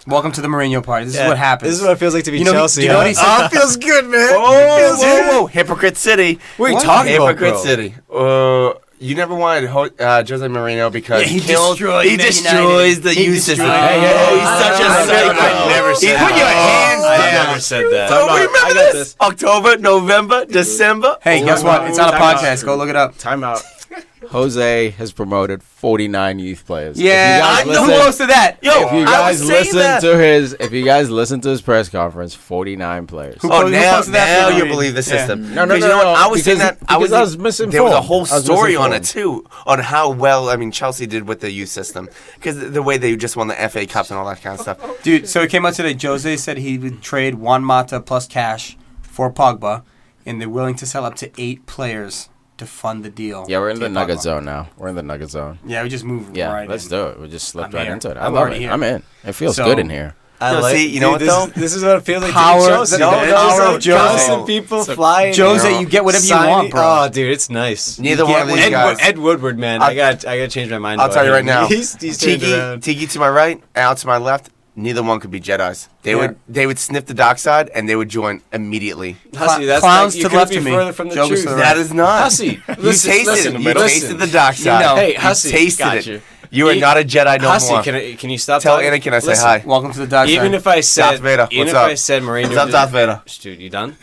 S4: welcome to the Mourinho party. This
S3: Yeah,
S4: is what happens.
S3: This is what it feels like to be
S4: You know-
S3: Chelsea.
S4: you know what he said?
S3: Oh, it feels good, man.
S5: Whoa,
S3: Oh,
S5: whoa, whoa, hypocrite city.
S3: What are you
S4: What?
S3: talking about,
S5: Hypocrite
S3: bro?
S5: city. Uh, you never wanted Ho- uh, Jose Mourinho because
S4: Yeah, he
S5: killed-
S4: destroyed
S5: he
S4: Man
S5: destroys
S4: United.
S5: the
S4: He
S5: youth
S4: destroyed-
S5: system.
S4: Hey, hey,
S5: oh,
S4: hey,
S5: he's such a
S4: I
S5: psycho.
S4: never- I
S3: never
S5: he
S3: said
S5: put
S3: that.
S5: your hands
S3: I
S5: down.
S3: never said that.
S5: Don't
S3: I
S5: remember
S3: got
S5: this? October, November, December.
S4: hey,
S5: Oh,
S4: guess what? It's on a
S5: time out.
S4: podcast. Go look it up.
S2: Time out. Jose has promoted 49 youth players.
S4: Yeah,
S2: If
S4: I
S2: you
S4: know
S2: guys
S4: who
S2: listen,
S4: goes to that.
S5: Yo,
S2: if you
S5: I
S2: guys
S5: was saying
S2: listen
S5: that.
S2: to his, if you guys listen to his press conference, 49 players.
S4: Who-
S5: Oh,
S4: posted-
S5: now,
S4: posted that
S5: now
S4: for
S5: you
S4: me?
S5: believe the
S4: Yeah.
S5: system.
S2: No, no,
S5: Because
S2: no,
S5: you know
S2: no,
S5: what? I was saying
S2: because-
S5: that. I
S2: because
S5: was,
S2: I was misinformed.
S5: There was a whole
S2: I was
S5: story on it
S2: misinformed.
S5: too, on how well I mean Chelsea did with the youth system, because the way they just won the FA Cups and all that kind of stuff.
S4: Dude, so it came out today. Jose said he would trade Juan Mata plus cash for Pogba, and they're willing to sell up to eight players to fund the deal.
S2: Yeah, we're in
S4: to
S2: the
S4: Pogba.
S2: nugget zone now. We're in the nugget zone.
S4: Yeah, we just moved
S2: Yeah,
S4: right
S2: let's
S4: in.
S2: do it. We just slipped
S4: I'm
S2: right
S4: here.
S2: into it. I
S4: I'm
S2: love
S4: already
S2: it.
S4: here.
S2: I'm in. It feels
S4: So-
S2: good in here.
S3: I
S5: No,
S3: like,
S5: see, you
S3: dude,
S5: know what,
S3: this is-
S5: though?
S3: This is what it feels like
S4: Power-
S3: to be Chelsea.
S4: no,
S3: man.
S4: the power
S3: Just
S4: of Jose.
S3: constant people flying.
S4: Jose, you get whatever you
S3: Signing-
S4: want, bro.
S3: Oh, dude, it's nice.
S5: Neither
S4: You
S5: one
S4: can't
S5: of
S4: win.
S5: these
S3: Ed,
S5: guys.
S3: Wo- Ed Woodward, man,
S5: I'll-
S3: I got I got to change my mind.
S5: I'll
S3: about
S5: tell you
S3: him.
S5: right now.
S3: he's he's turned
S5: Tiki,
S3: around.
S5: Tiki to my right, Al to my left. Neither one could be Jedi's. They
S4: Yeah.
S5: would they would sniff the dockside and they would join immediately.
S3: Hussey, that's
S4: Clowns
S3: like, you
S4: to
S3: couldn't
S4: left
S3: be
S4: of me.
S3: further from the
S4: Jokers
S3: truth.
S4: to the
S5: That is not.
S3: Hussey,
S5: you
S3: listen,
S5: tasted
S3: listen,
S5: it.
S3: man,
S5: You
S3: listen.
S5: tasted the dockside.
S4: You know.
S3: Hey,
S5: You
S3: Hussey,
S5: tasted
S3: got
S5: it.
S3: you.
S5: are
S3: He-
S5: not a Jedi no
S3: Hussey,
S5: more.
S3: can I, can you stop?
S5: Tell
S3: talking?
S5: Anakin I say
S3: Listen,
S5: hi.
S4: Welcome to the dark
S3: Even
S4: side.
S3: if I said,
S5: Darth Vader,
S3: even
S5: what's
S3: if
S5: up?
S3: I said Mourinho,
S5: What's up, Darth Vader?
S3: Shh, Dude, you done?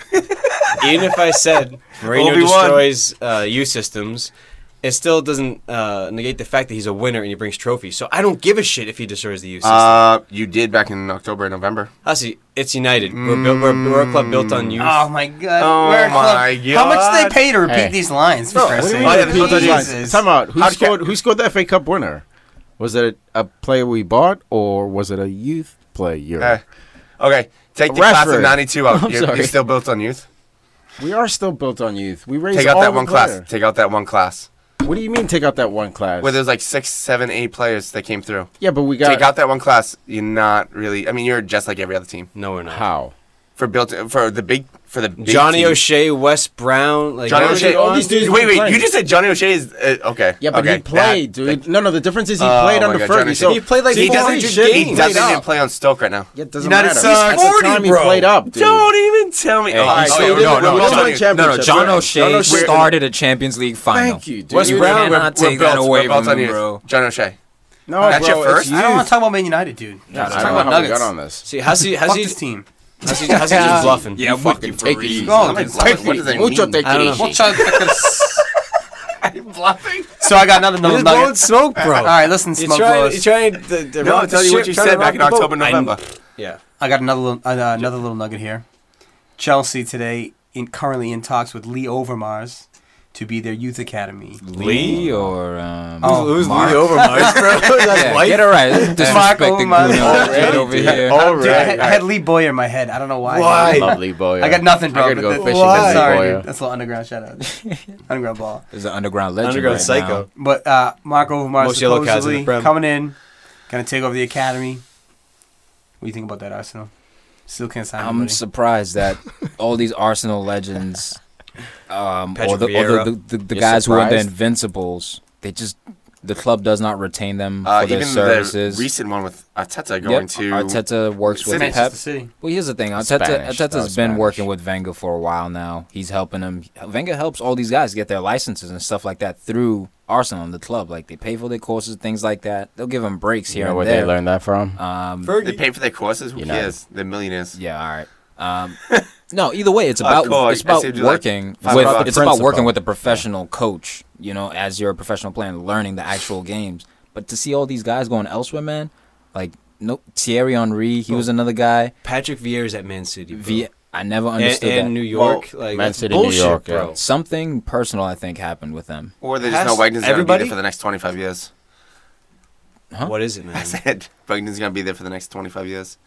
S3: even if I said Mourinho
S5: Obi-Wan.
S3: destroys uh, U systems, it still doesn't uh, negate the fact that he's a winner and he brings trophies. So I don't give a shit if he destroys the U system.
S5: Uh, you did back in October and November.
S3: Hussey, it's United. We're, built, we're, we're a club built on youth.
S4: Oh my god.
S5: Oh
S4: We're a club.
S5: my
S4: How much
S5: God.
S4: they pay to repeat
S2: Hey.
S4: these lines? For
S2: What
S4: Christ's
S2: do
S4: sake.
S2: you mean?
S5: Oh, yeah, the Philippines.
S4: Jesus.
S2: Time out. Who
S5: How-
S2: scored? Who scored the FA Cup winner? Was it a player we bought or was it a youth player?
S5: Eh, okay, take the class of
S2: Rashford.
S5: '92 out.
S2: I'm
S5: You're, you're
S2: sorry.
S5: still built on youth.
S2: we are still built on youth. We raised
S5: Take out
S2: all
S5: that
S2: the
S5: one
S2: player.
S5: class. Take out that one class
S2: What do you mean take out that one class?
S5: where there's like six, seven, eight players that came through.
S2: yeah, but we got
S5: Take out that one class. You're not really. I mean, you're just like every other team
S3: No, we're not.
S2: how?
S5: for built for the big for the big
S3: Johnny
S5: team.
S3: O'Shea, Wes Brown, like
S5: Johnny
S3: all
S5: O'Shea.
S2: all these dudes
S5: wait,
S2: were
S5: wait.
S2: playing.
S5: You just said Johnny O'Shea is uh, okay.
S2: Yeah, but
S5: okay,
S2: he played,
S5: that-
S2: dude. No, no, the difference is he
S5: Oh
S2: played
S5: my
S2: under
S5: God,
S2: Fergie.
S5: Johnny
S2: So
S5: O'Shea.
S3: He played like
S5: He
S3: 400
S5: doesn't,
S3: games.
S5: he
S2: Played
S5: doesn't even
S2: up.
S5: play on Stoke right now.
S2: Yeah, it doesn't
S5: United
S2: matter.
S5: sucks.
S2: At the time he played up, dude.
S5: Don't even tell me.
S1: Hey, he
S5: oh,
S1: still-
S5: yeah,
S1: no, no,
S5: we're
S1: no,
S5: talking-
S2: Johnny-
S1: No, no.
S2: Championships,
S1: John
S2: right.
S1: O'Shea,
S2: John O'Shea-
S1: started a Champions League final.
S2: Thank you, dude.
S1: Wes
S2: You
S1: Brown,
S5: we're-
S1: cannot take
S5: we're
S1: that
S5: built-
S1: away
S5: we're built
S1: from
S5: on
S1: him,
S5: you.
S1: bro.
S5: John O'Shea.
S2: No,
S5: That's
S2: bro,
S5: your
S2: it's
S5: first?
S2: youth.
S4: I don't want to talk about Man United, dude.
S2: I
S4: Let's
S2: don't
S4: talk
S2: know
S4: about
S2: how we
S4: Nuggets.
S2: got on this.
S3: See, Hussey,
S4: Fuck
S3: Hussey's,
S4: this team.
S3: Hussey, Hussey's just bluffing.
S2: Yeah, fucking take it easy.
S4: Go on,
S5: Like,
S4: dude.
S5: what- what does that
S2: Mucho
S5: mean?
S2: take
S3: I don't
S2: it
S3: know.
S2: easy.
S4: We'll try to-
S5: I'm bluffing.
S4: so I got another
S3: You're
S4: number
S3: just blowing
S4: nugget.
S3: smoke, bro.
S4: All right, listen,
S3: You
S4: smoke
S3: try,
S4: blowers.
S3: you try to, to
S5: No, I'll
S3: rock the
S5: tell you what
S3: ship,
S5: you
S3: try to
S5: said
S3: rock
S5: back in
S3: the boat.
S5: October,
S3: I-
S5: November.
S3: Yeah.
S4: I got another little, uh, another little nugget here. Chelsea today in currently in talks with Lee Overmars to be their youth academy.
S1: Lee or um,
S4: Oh,
S3: Who's
S1: Mark?
S3: Lee Overmars, bro? That's
S1: Yeah,
S3: white.
S1: get it right. Disrespecting
S4: Mark
S1: Kuno.
S4: Overmars.
S1: Get over here.
S2: All
S4: Dude, I,
S2: right.
S4: had, I had Lee Boyer in my head. I don't know why.
S3: Why?
S2: Lovely boy.
S4: I got nothing, bro.
S2: I gotta
S4: but
S2: go
S4: that-
S2: fishing.
S3: Why?
S2: Lovely
S4: Sorry,
S2: boy.
S4: dude. That's a little underground shout out. underground ball.
S1: There's an underground legend.
S3: Underground
S1: right
S3: psycho.
S1: now.
S4: But uh, Mark Overmars
S3: Most yellow cards in the
S4: supposedly
S3: Prem.
S4: coming in, gonna take over the academy. What do you think about that, Arsenal? Still can't sign
S1: I'm
S4: anybody.
S1: surprised that all these Arsenal legends, um, or
S3: Patrick
S1: the, or
S3: Vieira.
S1: the, the, the
S2: You're
S1: guys who are the
S2: surprised?
S1: Invincibles, they just the club does not retain them
S5: Uh,
S1: for their
S5: even
S1: services.
S5: the recent one with Arteta
S1: Yep,
S5: going to
S1: Arteta works with
S5: City.
S1: Pep.
S4: Manchester City.
S1: Well, here's the thing. Arteta,
S2: Spanish, that
S1: Arteta's been
S2: was Spanish.
S1: working with Wenger for a while now. He's helping him. Wenger helps all these guys get their licenses and stuff like that through Arsenal and the club. Like they pay for their courses, things like that. They'll give them breaks
S2: You
S1: here
S2: know where
S1: and
S2: they
S1: there.
S2: learned that from?
S1: um,
S5: They pay for their courses. Who
S2: United.
S5: cares? They're millionaires.
S1: Yeah, all right. Um, no, either way, it's
S5: Uh,
S1: about
S5: cool, I-
S1: it's
S5: I
S1: about
S5: saved you like
S1: working
S5: five
S1: with
S5: bucks.
S1: it's about working
S2: Principal.
S1: with a professional coach. You know, as you're a professional player, and learning the actual games. But to see all these guys going elsewhere, man, like no Thierry Henry, he was another guy.
S3: Patrick Vieira's at Man City. Bro.
S1: V, I never
S3: and,
S1: understood
S3: and
S1: that.
S3: New York. like,
S2: Man
S3: that's
S2: City, New
S3: bullshit,
S2: York, yeah.
S3: bro.
S1: Something personal, I think, happened with them.
S5: Or they just know Wagner's
S3: Has-
S5: going to be there
S3: everybody?
S5: for the next 25 years.
S1: Huh?
S3: What is it, man?
S5: I said Wagner's going to be there for the next 25 years.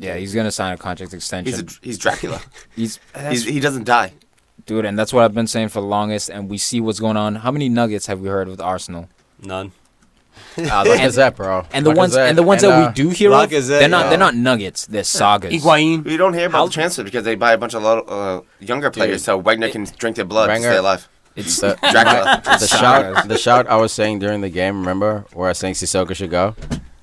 S1: Yeah, he's gonna sign a contract
S5: He's a,
S1: extension.
S5: he's Dracula.
S1: He's,
S5: he's, he doesn't die.
S1: dude, and that's what I've been saying for the longest. And we see what's going on. How many Nuggets have we heard with Arsenal?
S3: None.
S2: Uh, look at that, bro.
S1: And the
S2: Look at
S1: ones
S2: that.
S1: and the ones that
S2: uh,
S1: we do hear of,
S3: Lacazette,
S1: they're not
S5: yeah.
S1: they're not nuggets. They're sagas.
S4: Higuain.
S5: We don't hear about
S1: How-
S5: the transfer because they buy a bunch of little, uh, younger players, so Wagner can drink their blood
S2: Wenger-
S5: to stay alive.
S1: It's
S2: the,
S5: Dracula.
S2: the shout, the shout I was saying during the game. Remember where I was saying Sissoko should go?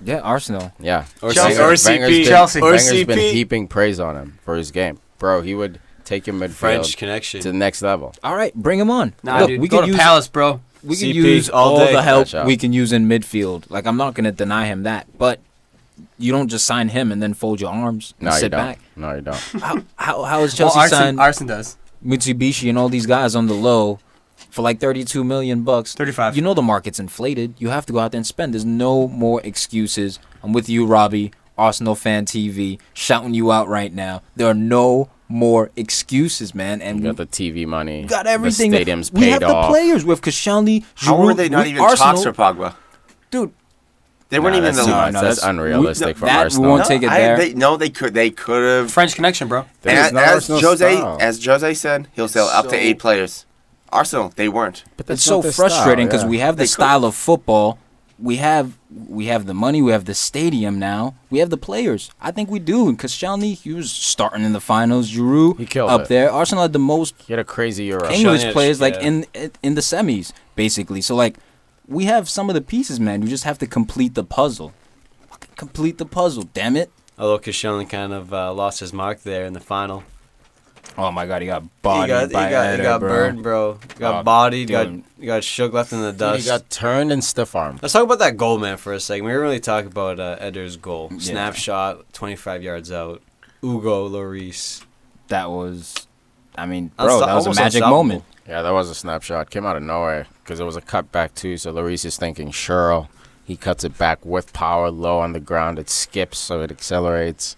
S1: yeah, Arsenal.
S2: Yeah,
S3: Or
S4: Chelsea.
S2: Wenger-
S4: Or
S2: Wenger's
S3: CP.
S2: been-
S4: Chelsea.
S2: Wenger's
S3: Or
S2: been
S3: CP.
S2: heaping praise on him for his game, bro. He would take your midfield
S3: French
S2: to
S3: connection.
S2: the next level.
S1: All right, bring him on.
S4: Nah,
S1: Look,
S4: dude.
S1: we
S4: Go
S1: could
S4: to
S1: use
S4: Palace, bro.
S1: we could
S3: CP
S1: use
S3: all
S1: all
S3: day.
S1: the help
S2: Watch out.
S1: we can use in midfield. Like I'm not gonna deny him that, but you don't just sign him and then fold your arms and
S2: No, you
S1: sit
S2: don't.
S1: back.
S2: No, you don't.
S1: How how how is Chelsea
S4: well, Arson,
S1: signed
S4: Arson does.
S1: Mitsubishi and all these guys on the low for like 32 million bucks.
S4: 35.
S1: You know the market's inflated. You have to go out there and spend. There's no more excuses. I'm with you, Robbie, Arsenal fan TV, shouting you out right now. There are no more excuses, man. And
S2: You
S1: we
S2: got the TV money.
S1: got everything.
S2: The stadiums
S1: we have
S2: paid off.
S1: the players. We have Koscielny,
S5: How
S1: Giroud,
S5: were they not
S1: we-
S5: even
S1: Arsenal.
S5: talks for Pogba?
S1: Dude,
S5: They
S2: Nah,
S5: weren't even in
S2: that's
S5: the
S2: too
S1: No,
S2: much.
S1: no,
S2: that's,
S1: that's-
S2: unrealistic
S1: we-
S2: for
S1: that we
S2: Arsenal.
S1: won't take it there.
S5: They, no, they could. They could have.
S4: French connection, bro.
S2: That is
S5: And
S2: not
S5: as
S2: Arsenal's
S5: Jose,
S2: style.
S5: as Jose said, he'll sell up to
S2: So-
S5: eight players. Arsenal, they weren't.
S2: But that's
S1: it's
S2: not
S1: so
S2: their style,
S1: frustrating because
S2: yeah.
S1: we have the
S5: They could-
S1: style of football. We have we have the money. We have the stadium now. We have the players. I think we do. And Koscielny, he was starting in the finals. Giroud
S2: He killed
S1: up
S2: it.
S1: there. Arsenal had the most
S2: He had a crazy Euro.
S1: English
S3: Shanish,
S1: players like
S3: yeah.
S1: in in the semis basically. So like we have some of the pieces, man. You just have to complete the puzzle. Fucking complete the puzzle, damn it.
S3: Although Kishan kind of uh, lost his mark there in the final.
S1: Oh my god, he got bodied
S3: he got,
S1: by
S3: he got,
S1: Eder,
S3: he got
S1: bro.
S3: burned, bro. He got
S1: Oh,
S3: bodied.
S1: dude.
S3: Got he got shook left in the
S2: Dude,
S3: dust.
S2: He got turned and stiff armed.
S3: Let's talk about that goal, man, for a second. We didn't really talk about uh, Eder's goal.
S1: Yeah.
S3: Snapshot, 25 yards out. Hugo Lloris.
S1: That was I mean,
S3: Unsto-
S1: bro, that was a
S3: almost
S1: magic
S3: unstoppable.
S1: moment.
S2: Yeah, that was a snapshot. Came out of nowhere because it was a cutback too. So Lloris is thinking Sherl. He cuts it back with power, low on the ground. It skips, so it accelerates.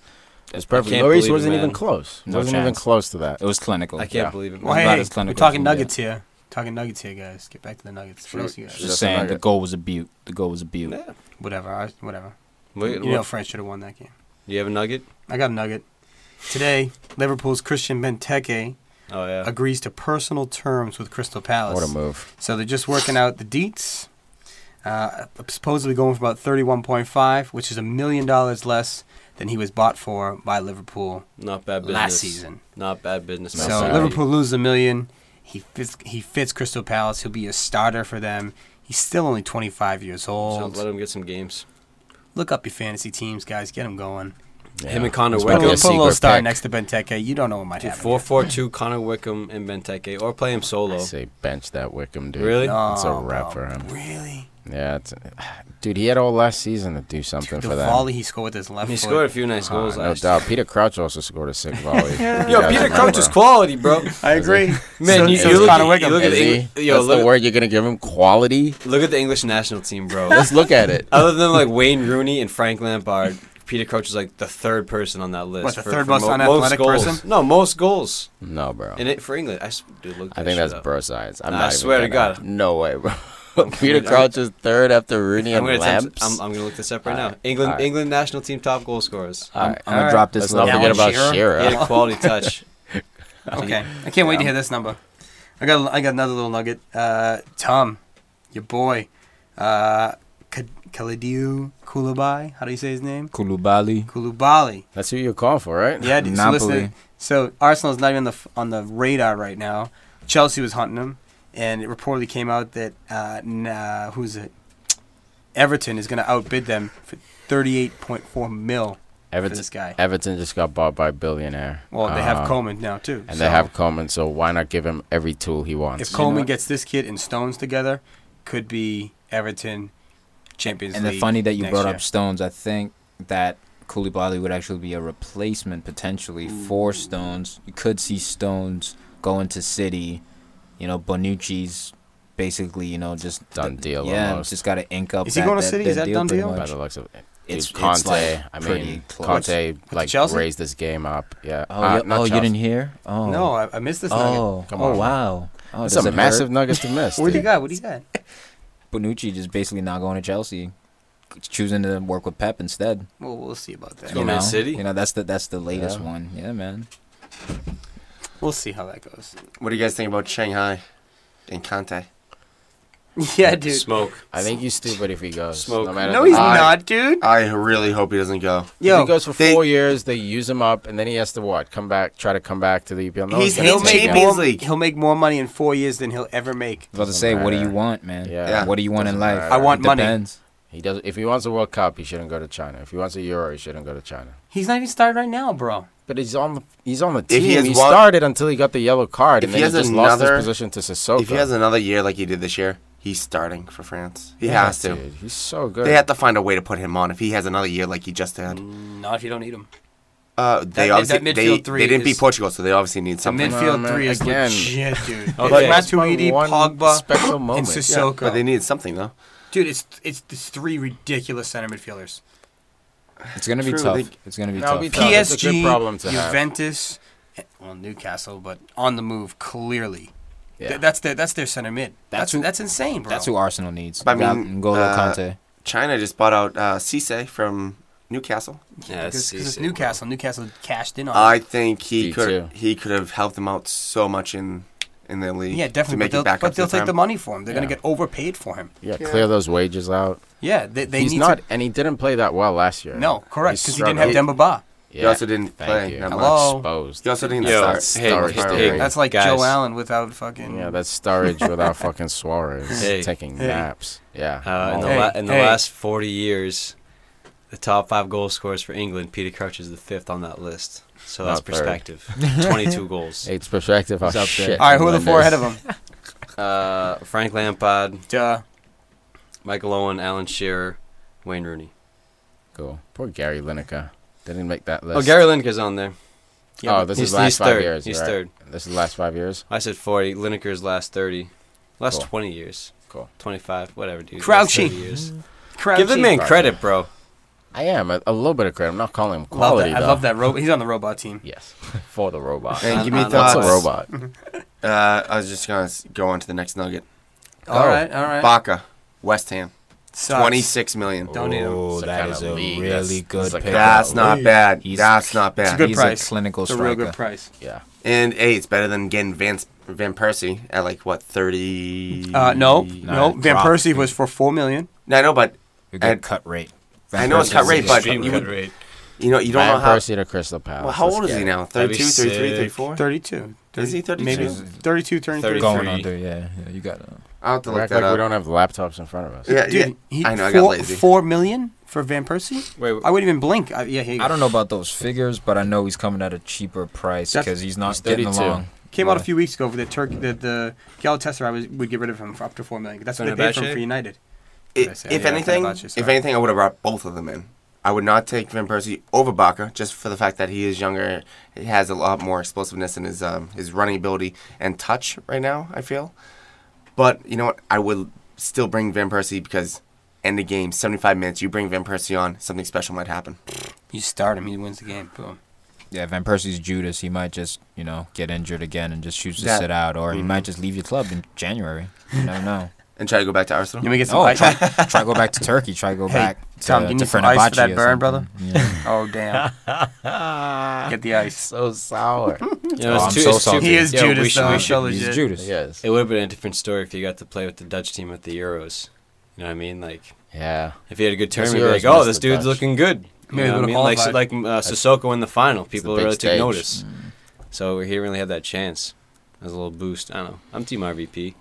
S2: It's perfect.
S3: can't
S2: Lloris
S3: believe it,
S2: wasn't even
S3: man.
S2: close.
S1: No
S2: wasn't even
S1: chance.
S2: close to that.
S1: It was clinical.
S3: I can't
S4: Oh,
S2: Yeah.
S3: believe it. man.
S4: Well,
S1: About
S4: hey,
S1: as
S4: we're
S1: clinical as
S4: talking
S1: we can
S4: nuggets here. Talking Nuggets here, guys. Get back to the Nuggets. What
S5: Shoot.
S4: else you got?
S2: Just
S1: Just saying,
S2: another-
S1: the goal was a beaut. The goal was a beaut.
S3: Yeah.
S4: Whatever. I, whatever.
S3: Wait,
S4: You know,
S3: what-
S4: France should have won that game.
S3: do you have a nugget?
S4: I got a nugget. Today, Liverpool's Christian Benteke
S3: Oh yeah.
S4: agrees to personal terms with Crystal Palace.
S2: What a move.
S4: So they're just working out the deets. Uh, supposedly going for about 31.5, which is a million dollars less than he was bought for by Liverpool
S3: Not bad business.
S4: last season.
S3: Not bad business.
S2: No,
S4: so
S2: sorry.
S4: Liverpool loses a million. He fits, he fits Crystal Palace. He'll be a starter for them. He's still only 25 years
S3: So
S4: old.
S3: let him get some games.
S4: Look up your fantasy teams, guys. Get him going.
S3: Him and Connor
S2: It's
S4: Put, a
S2: Might
S4: little- put a
S3: Wickham.
S2: be a
S4: little
S2: secret
S4: star
S2: pick.
S4: next to Benteke. You don't know what might
S3: Do
S4: happen.
S3: four four two Connor Wickham and Benteke, or play him solo.
S2: I say bench that Wickham dude.
S3: Really?
S4: No,
S2: It's a
S4: bro.
S2: wrap for him.
S4: Really?
S2: Yeah, it's, dude, he had all last season to do something
S4: Dude, the
S2: for that.
S4: volley he scored with his left
S3: He
S4: foot.
S3: scored a few nice
S4: Uh,
S2: Ah,
S3: goals
S2: no
S3: last
S2: doubt. Peter Crouch also scored a sick volley.
S3: Yo, Peter Crouch is quality, bro.
S4: I
S2: Is agree.
S3: Man,
S4: So-
S3: you,
S4: so
S3: you
S4: is
S3: look,
S4: Connor
S3: at, you
S4: Wickham.
S3: look at
S2: Is
S3: the
S2: he?
S3: Eng- yo,
S2: That's the
S3: look,
S2: word you're gonna give him? Quality?
S3: look at the English national team, bro.
S2: Let's look at it.
S3: Other than like Wayne Rooney and Frank Lampard, Peter Crouch is like the third person on that list.
S4: What, the third most unathletic
S3: goals.
S4: person?
S3: No, most goals
S2: No, bro.
S3: in it for England. I, s- dude, look
S2: I
S3: that
S2: think
S3: shit
S2: that's
S3: up.
S2: bro science. I'm
S3: Nah,
S2: not
S3: I
S2: even
S3: swear to
S2: gonna-
S3: God.
S2: No way, bro.
S3: I'm-
S2: Peter
S3: I'm-
S2: Crouch is third after Rooney
S3: I'm
S2: and
S3: gonna, attempt,
S2: Lamps.
S3: I'm, I'm gonna look this up right
S2: All
S3: now.
S2: right,
S3: England,
S2: all right.
S3: England national team top goal scorers.
S2: All
S1: I'm,
S2: right,
S1: I'm gonna
S4: all
S1: drop this
S2: Let's not
S1: little
S2: forget
S4: Alan
S2: about
S4: Shearer?
S3: He had a
S2: Shearer.
S3: quality touch.
S4: Okay, I can't wait to hear this number. I got I got another little nugget. Uh, Tom, your boy, uh, K- Kalidou Koulibaly. How do you say his name?
S1: Kulubali.
S4: Koulibaly.
S2: That's who you're calling for, right?
S4: Yeah, dude, so listen.
S1: Napoli.
S4: to- So Arsenal's not even on the f- on the radar right now. Chelsea was hunting him, and it reportedly came out that uh, nah, who's it? Everton is going to outbid them for thirty-eight point four mil for
S2: Everton.
S4: this guy.
S2: Everton just got bought by a billionaire.
S4: Well, they
S2: Um,
S4: have Coleman now too,
S2: and
S4: so-
S2: they have Coleman. So why not give him every tool he wants?
S4: If Coleman
S1: what?
S4: gets this kid and Stones together, could be Everton Champions
S1: And
S4: League.
S1: the funny that you
S4: next
S1: brought
S4: year.
S1: up Stones, I think that Kulubali would actually be a replacement potentially for Stones. You could see Stones go into City. You know, Bonucci's basically, you know, just
S2: Done
S1: th-
S2: deal
S1: Yeah,
S2: almost.
S1: just got to ink up.
S4: Is he
S1: that-
S4: going to
S1: that-
S4: City? Is that done
S1: pretty
S4: deal?
S1: much.
S2: by the looks of it. Dude,
S1: It's- it's,
S2: Conte.
S1: like,
S2: I
S1: pretty
S2: mean,
S1: close.
S2: Conte like
S4: Chelsea?
S2: raised this game up. Yeah.
S1: Oh,
S2: Uh,
S1: you,
S2: not
S1: oh you
S2: Chelsea.
S1: didn't hear? Oh.
S4: No, I, I missed this nugget.
S1: Oh,
S2: Come
S1: oh
S2: on.
S1: wow. Oh,
S2: It's
S1: does
S2: a
S1: it hurt?
S2: massive nugget to miss.
S4: What do you
S2: dude.
S4: got? What do you got?
S1: Bonucci just basically not going to Chelsea, choosing to work with Pep instead.
S4: Well, we'll see about that.
S3: Go
S1: you
S3: Man
S1: know,
S3: City.
S1: You know that's the that's the latest
S2: Yeah.
S1: one. Yeah, man.
S4: We'll see how that goes.
S5: What do you guys think about Shanghai and Conte?
S4: Yeah, dude.
S3: Smoke.
S2: I think he's stupid if he goes.
S3: Smoke.
S2: matter
S4: No,
S2: the-
S4: he's
S5: I-
S4: not, dude.
S5: I really hope he doesn't go.
S2: If
S4: Yo,
S2: he goes for
S5: they-
S2: four years. They use him up, and then he has to what? Come back, try to come back to the EPL. No
S5: He's
S2: one's gonna
S4: Oh, he'll
S5: hates
S2: take
S4: make
S2: him.
S5: Champions
S4: more.
S5: League.
S4: He'll make more money in four years than he'll ever
S1: I
S4: make.
S1: was about to
S2: Doesn't
S1: say, what do
S2: matter.
S1: you want, man?
S2: Yeah.
S5: Yeah.
S1: What do you want in
S2: Doesn't
S1: life?
S2: matter. I
S4: want money.
S1: Depends.
S2: He does. If he wants a World Cup, he shouldn't go to China. If he wants a Euro, he shouldn't go to China.
S4: He's not even starting right now, bro.
S2: But he's on the he's on the
S5: If
S2: team.
S5: he
S2: He,
S5: has one-
S2: started until he got the yellow card,
S5: If
S2: and
S5: he
S2: then he,
S5: has
S2: just lost
S5: another-
S2: his position to Sissoko.
S5: If he has another year like he did this year, he's starting for France. He
S2: Yeah,
S5: has to.
S2: dude, he's so good.
S5: They have to find a way to put him on if he has another year like he just had.
S4: Not if you don't need him.
S5: Uh, they
S4: Mm. that
S5: obviously they,
S4: midfield three
S5: they didn't beat
S4: is-
S5: Portugal, so they obviously need
S4: The
S5: something.
S2: mid-
S4: midfield
S2: man,
S4: three is
S2: again.
S4: legit, dude. It's
S3: Okay. That's
S2: my
S4: Matuidi,
S2: one
S4: Pogba,
S2: special
S4: and
S2: moment.
S5: Yeah,
S4: Sissoko.
S5: but they needed something though.
S4: Dude, it's it's, it's three ridiculous center midfielders.
S1: It's gonna be
S5: True,
S1: tough.
S5: they-
S1: It's gonna be
S2: That'll
S1: tough.
S2: be tough. No, that's a good
S4: PSG,
S2: problem to have.
S4: Juventus, eh, well Newcastle, but on the move clearly.
S2: Yeah.
S4: Th- that's their that's their center mid. That's that's,
S1: That's who-
S4: insane, bro.
S1: That's who Arsenal needs.
S5: I mean,
S1: Without N'Golo
S5: uh,
S1: Conte.
S5: China just bought out uh, Cisse from Newcastle.
S3: Yeah,
S4: because it's Newcastle. Newcastle cashed in on.
S5: I think he
S2: Me
S5: could
S2: too.
S5: he could have helped them out so much in in their league.
S4: him. yeah,
S5: To
S4: definitely. But
S5: make
S4: they'll,
S5: it back
S4: but
S5: up to
S4: they'll take
S5: prem.
S4: the money for him. They're gonna
S2: Yeah.
S4: get overpaid for him.
S2: yeah,
S5: Yeah.
S2: clear those wages out.
S4: Yeah, they, they
S2: he's
S4: need
S2: not,
S4: to.
S2: and he didn't play that well last year.
S4: No, correct,
S2: He
S4: because he didn't have
S5: struggled.
S4: Demba Ba.
S5: He
S2: Yeah,
S5: also didn't
S2: thank
S5: play.
S2: you.
S5: that
S4: Hello?
S5: much.
S2: exposed.
S5: He also didn't
S3: Yo,
S5: start.
S3: it's
S5: Hey,
S2: Sturridge,
S5: Sturridge.
S2: dude.
S4: That's like
S3: Guys.
S4: Joe Allen without fucking.
S2: Yeah, that's Sturridge without fucking Suarez
S3: Hey.
S2: taking
S4: Hey.
S2: naps. Yeah,
S3: Uh, in the,
S4: Hey,
S3: la- in the
S4: hey.
S3: last 40 years, the top five goal scorers for England, Peter Crouch is the fifth on that list. So that's
S2: Not third.
S3: perspective. 22 goals.
S2: it's perspective. Oh,
S1: He's up there.
S2: shit.
S4: All right, who are the four ahead of him?
S3: Uh, Frank Lampard,
S4: Duh.
S3: Michael Owen, Alan Shearer, Wayne Rooney.
S2: Cool. Poor Gary Lineker. Didn't make that list.
S3: Oh, Gary Lineker's on there.
S2: oh, this
S3: he's-
S2: is last
S3: he's
S2: five
S3: third.
S2: years.
S3: He's
S2: right?
S3: third.
S2: This is the last five years.
S3: I said 40. Lineker's last 30. Last
S2: Cool.
S3: 20 years.
S2: Cool.
S3: 25, whatever, dude. Last
S4: Crouching.
S3: 30 years.
S4: Crouchy.
S3: Give the man credit, bro.
S2: I am a, a little bit of credit. I'm not calling him
S4: Love
S2: quality.
S4: that. I
S2: though.
S4: love that robot. He's on the robot team.
S2: Yes, for the robot.
S5: And
S3: And
S5: give me
S3: Anna- What's
S2: That's
S5: thoughts.
S2: a robot.
S5: Uh, I was just gonna s- go on to the next nugget.
S4: All right, all right.
S5: Baca, West Ham,
S4: Sucks.
S5: twenty-six million.
S4: Don't need him.
S1: Oh,
S2: It's a
S1: that
S2: kinda
S1: is a
S2: league.
S1: really
S2: That's- that's
S1: good
S2: like
S1: pick.
S5: That's not bad.
S1: He's-
S5: That's not
S4: It's a
S5: bad.
S4: good
S1: He's
S4: price.
S1: a clinical
S4: It's a
S1: striker.
S4: real good price.
S2: Yeah.
S5: And hey, it's better than getting Van Van Persie at like what thirty?
S4: Uh, no, no.
S1: No,
S4: Van
S1: drop.
S4: Persie was for four million.
S5: No, I know, but
S1: You get
S5: And-
S1: cut rate.
S5: I know it's cut rate, but
S3: Extreme
S5: you
S3: cut
S5: would-
S3: rate.
S5: you know you don't
S2: Van
S5: know how.
S2: Persie Oh, to Crystal Palace.
S5: Well, how
S2: Let's
S5: old is
S2: get
S5: he
S2: it.
S5: now?
S3: That'd be
S5: 32, 33,
S3: sick.
S5: 34?
S4: 32.
S5: Is he 32?
S4: Maybe
S1: He's-
S4: 32, turning 33.
S3: Thirty.
S1: Going
S3: Three.
S1: on there, yeah, yeah. You got. Uh,
S5: I'll have to
S2: We
S5: look
S2: act
S5: that
S2: like we
S5: up.
S2: don't have laptops in front of us.
S5: Yeah, yeah.
S4: Dude, he,
S5: I know, I got
S4: four,
S5: lazy.
S4: Four million for Van Persie?
S3: Wait,
S4: I wouldn't even blink. I, yeah, he
S1: I don't know about those figures, but I know he's coming at a cheaper price
S4: That's-
S1: because he's not
S2: he's
S1: getting
S2: 32.
S1: along.
S4: came out a
S1: Yeah.
S4: few weeks ago for the Turkey. The, the Galatasaray was, would get rid of him for up to four million. That's what they paid for, him
S3: Fenerbahce?
S4: for United.
S5: I-
S4: I said,
S5: if
S4: yeah,
S5: anything,
S4: Fenerbahce,
S5: if
S4: sorry.
S5: anything, I would have brought both of them in. I would not take Van Persie over Baca just for the fact that he is younger. He has a lot more explosiveness in his um, his running ability and touch right now. I feel, but you know what? I would still bring Van Persie because end the game, seventy five minutes. You bring Van Persie on, something special might happen.
S4: You start him, he wins the game. Boom.
S1: Yeah, Van Persie's Judas. He might just you know get injured again and just choose to
S5: That-
S1: sit out, or he
S5: Mhm.
S1: might just leave your club in January. You never know.
S5: And try to go back to Arsenal.
S4: You may get some
S1: Oh,
S4: hype.
S1: try, try go back to Turkey. Try go
S4: Hey,
S1: back to,
S4: Tom, do you
S1: to
S4: need some ice for
S1: Fenerbahce
S4: that
S1: or
S4: burn, brother?
S1: something. Yeah.
S4: Oh, damn. get the ice.
S2: So sour.
S3: You know,
S1: Oh,
S3: it's
S1: I'm
S3: too-
S1: so
S3: it's too-
S1: salty.
S4: He is
S3: Yo,
S4: Judas,
S3: we should-
S4: though.
S3: we
S4: I'm so
S3: should-
S1: He's
S4: legit.
S1: Judas.
S2: yes.
S3: It would have been a different story if you got to play with the Dutch team at the Euros. You know what I mean? Like,
S2: Yeah.
S3: if he had a good
S2: This
S3: tournament, you'd be like,
S2: Euros
S3: oh,
S2: missed
S3: this
S2: the
S3: dude's
S2: Dutch.
S3: looking good. You
S4: Maybe they
S3: know what I
S4: would've
S3: mean? Like, so,
S4: qualified.
S3: like uh, Sissoko in the final, people
S2: big
S3: really
S2: stage. Mm.
S3: took notice. So we here really had that chance as a little boost. I don't know. I'm Team RVP.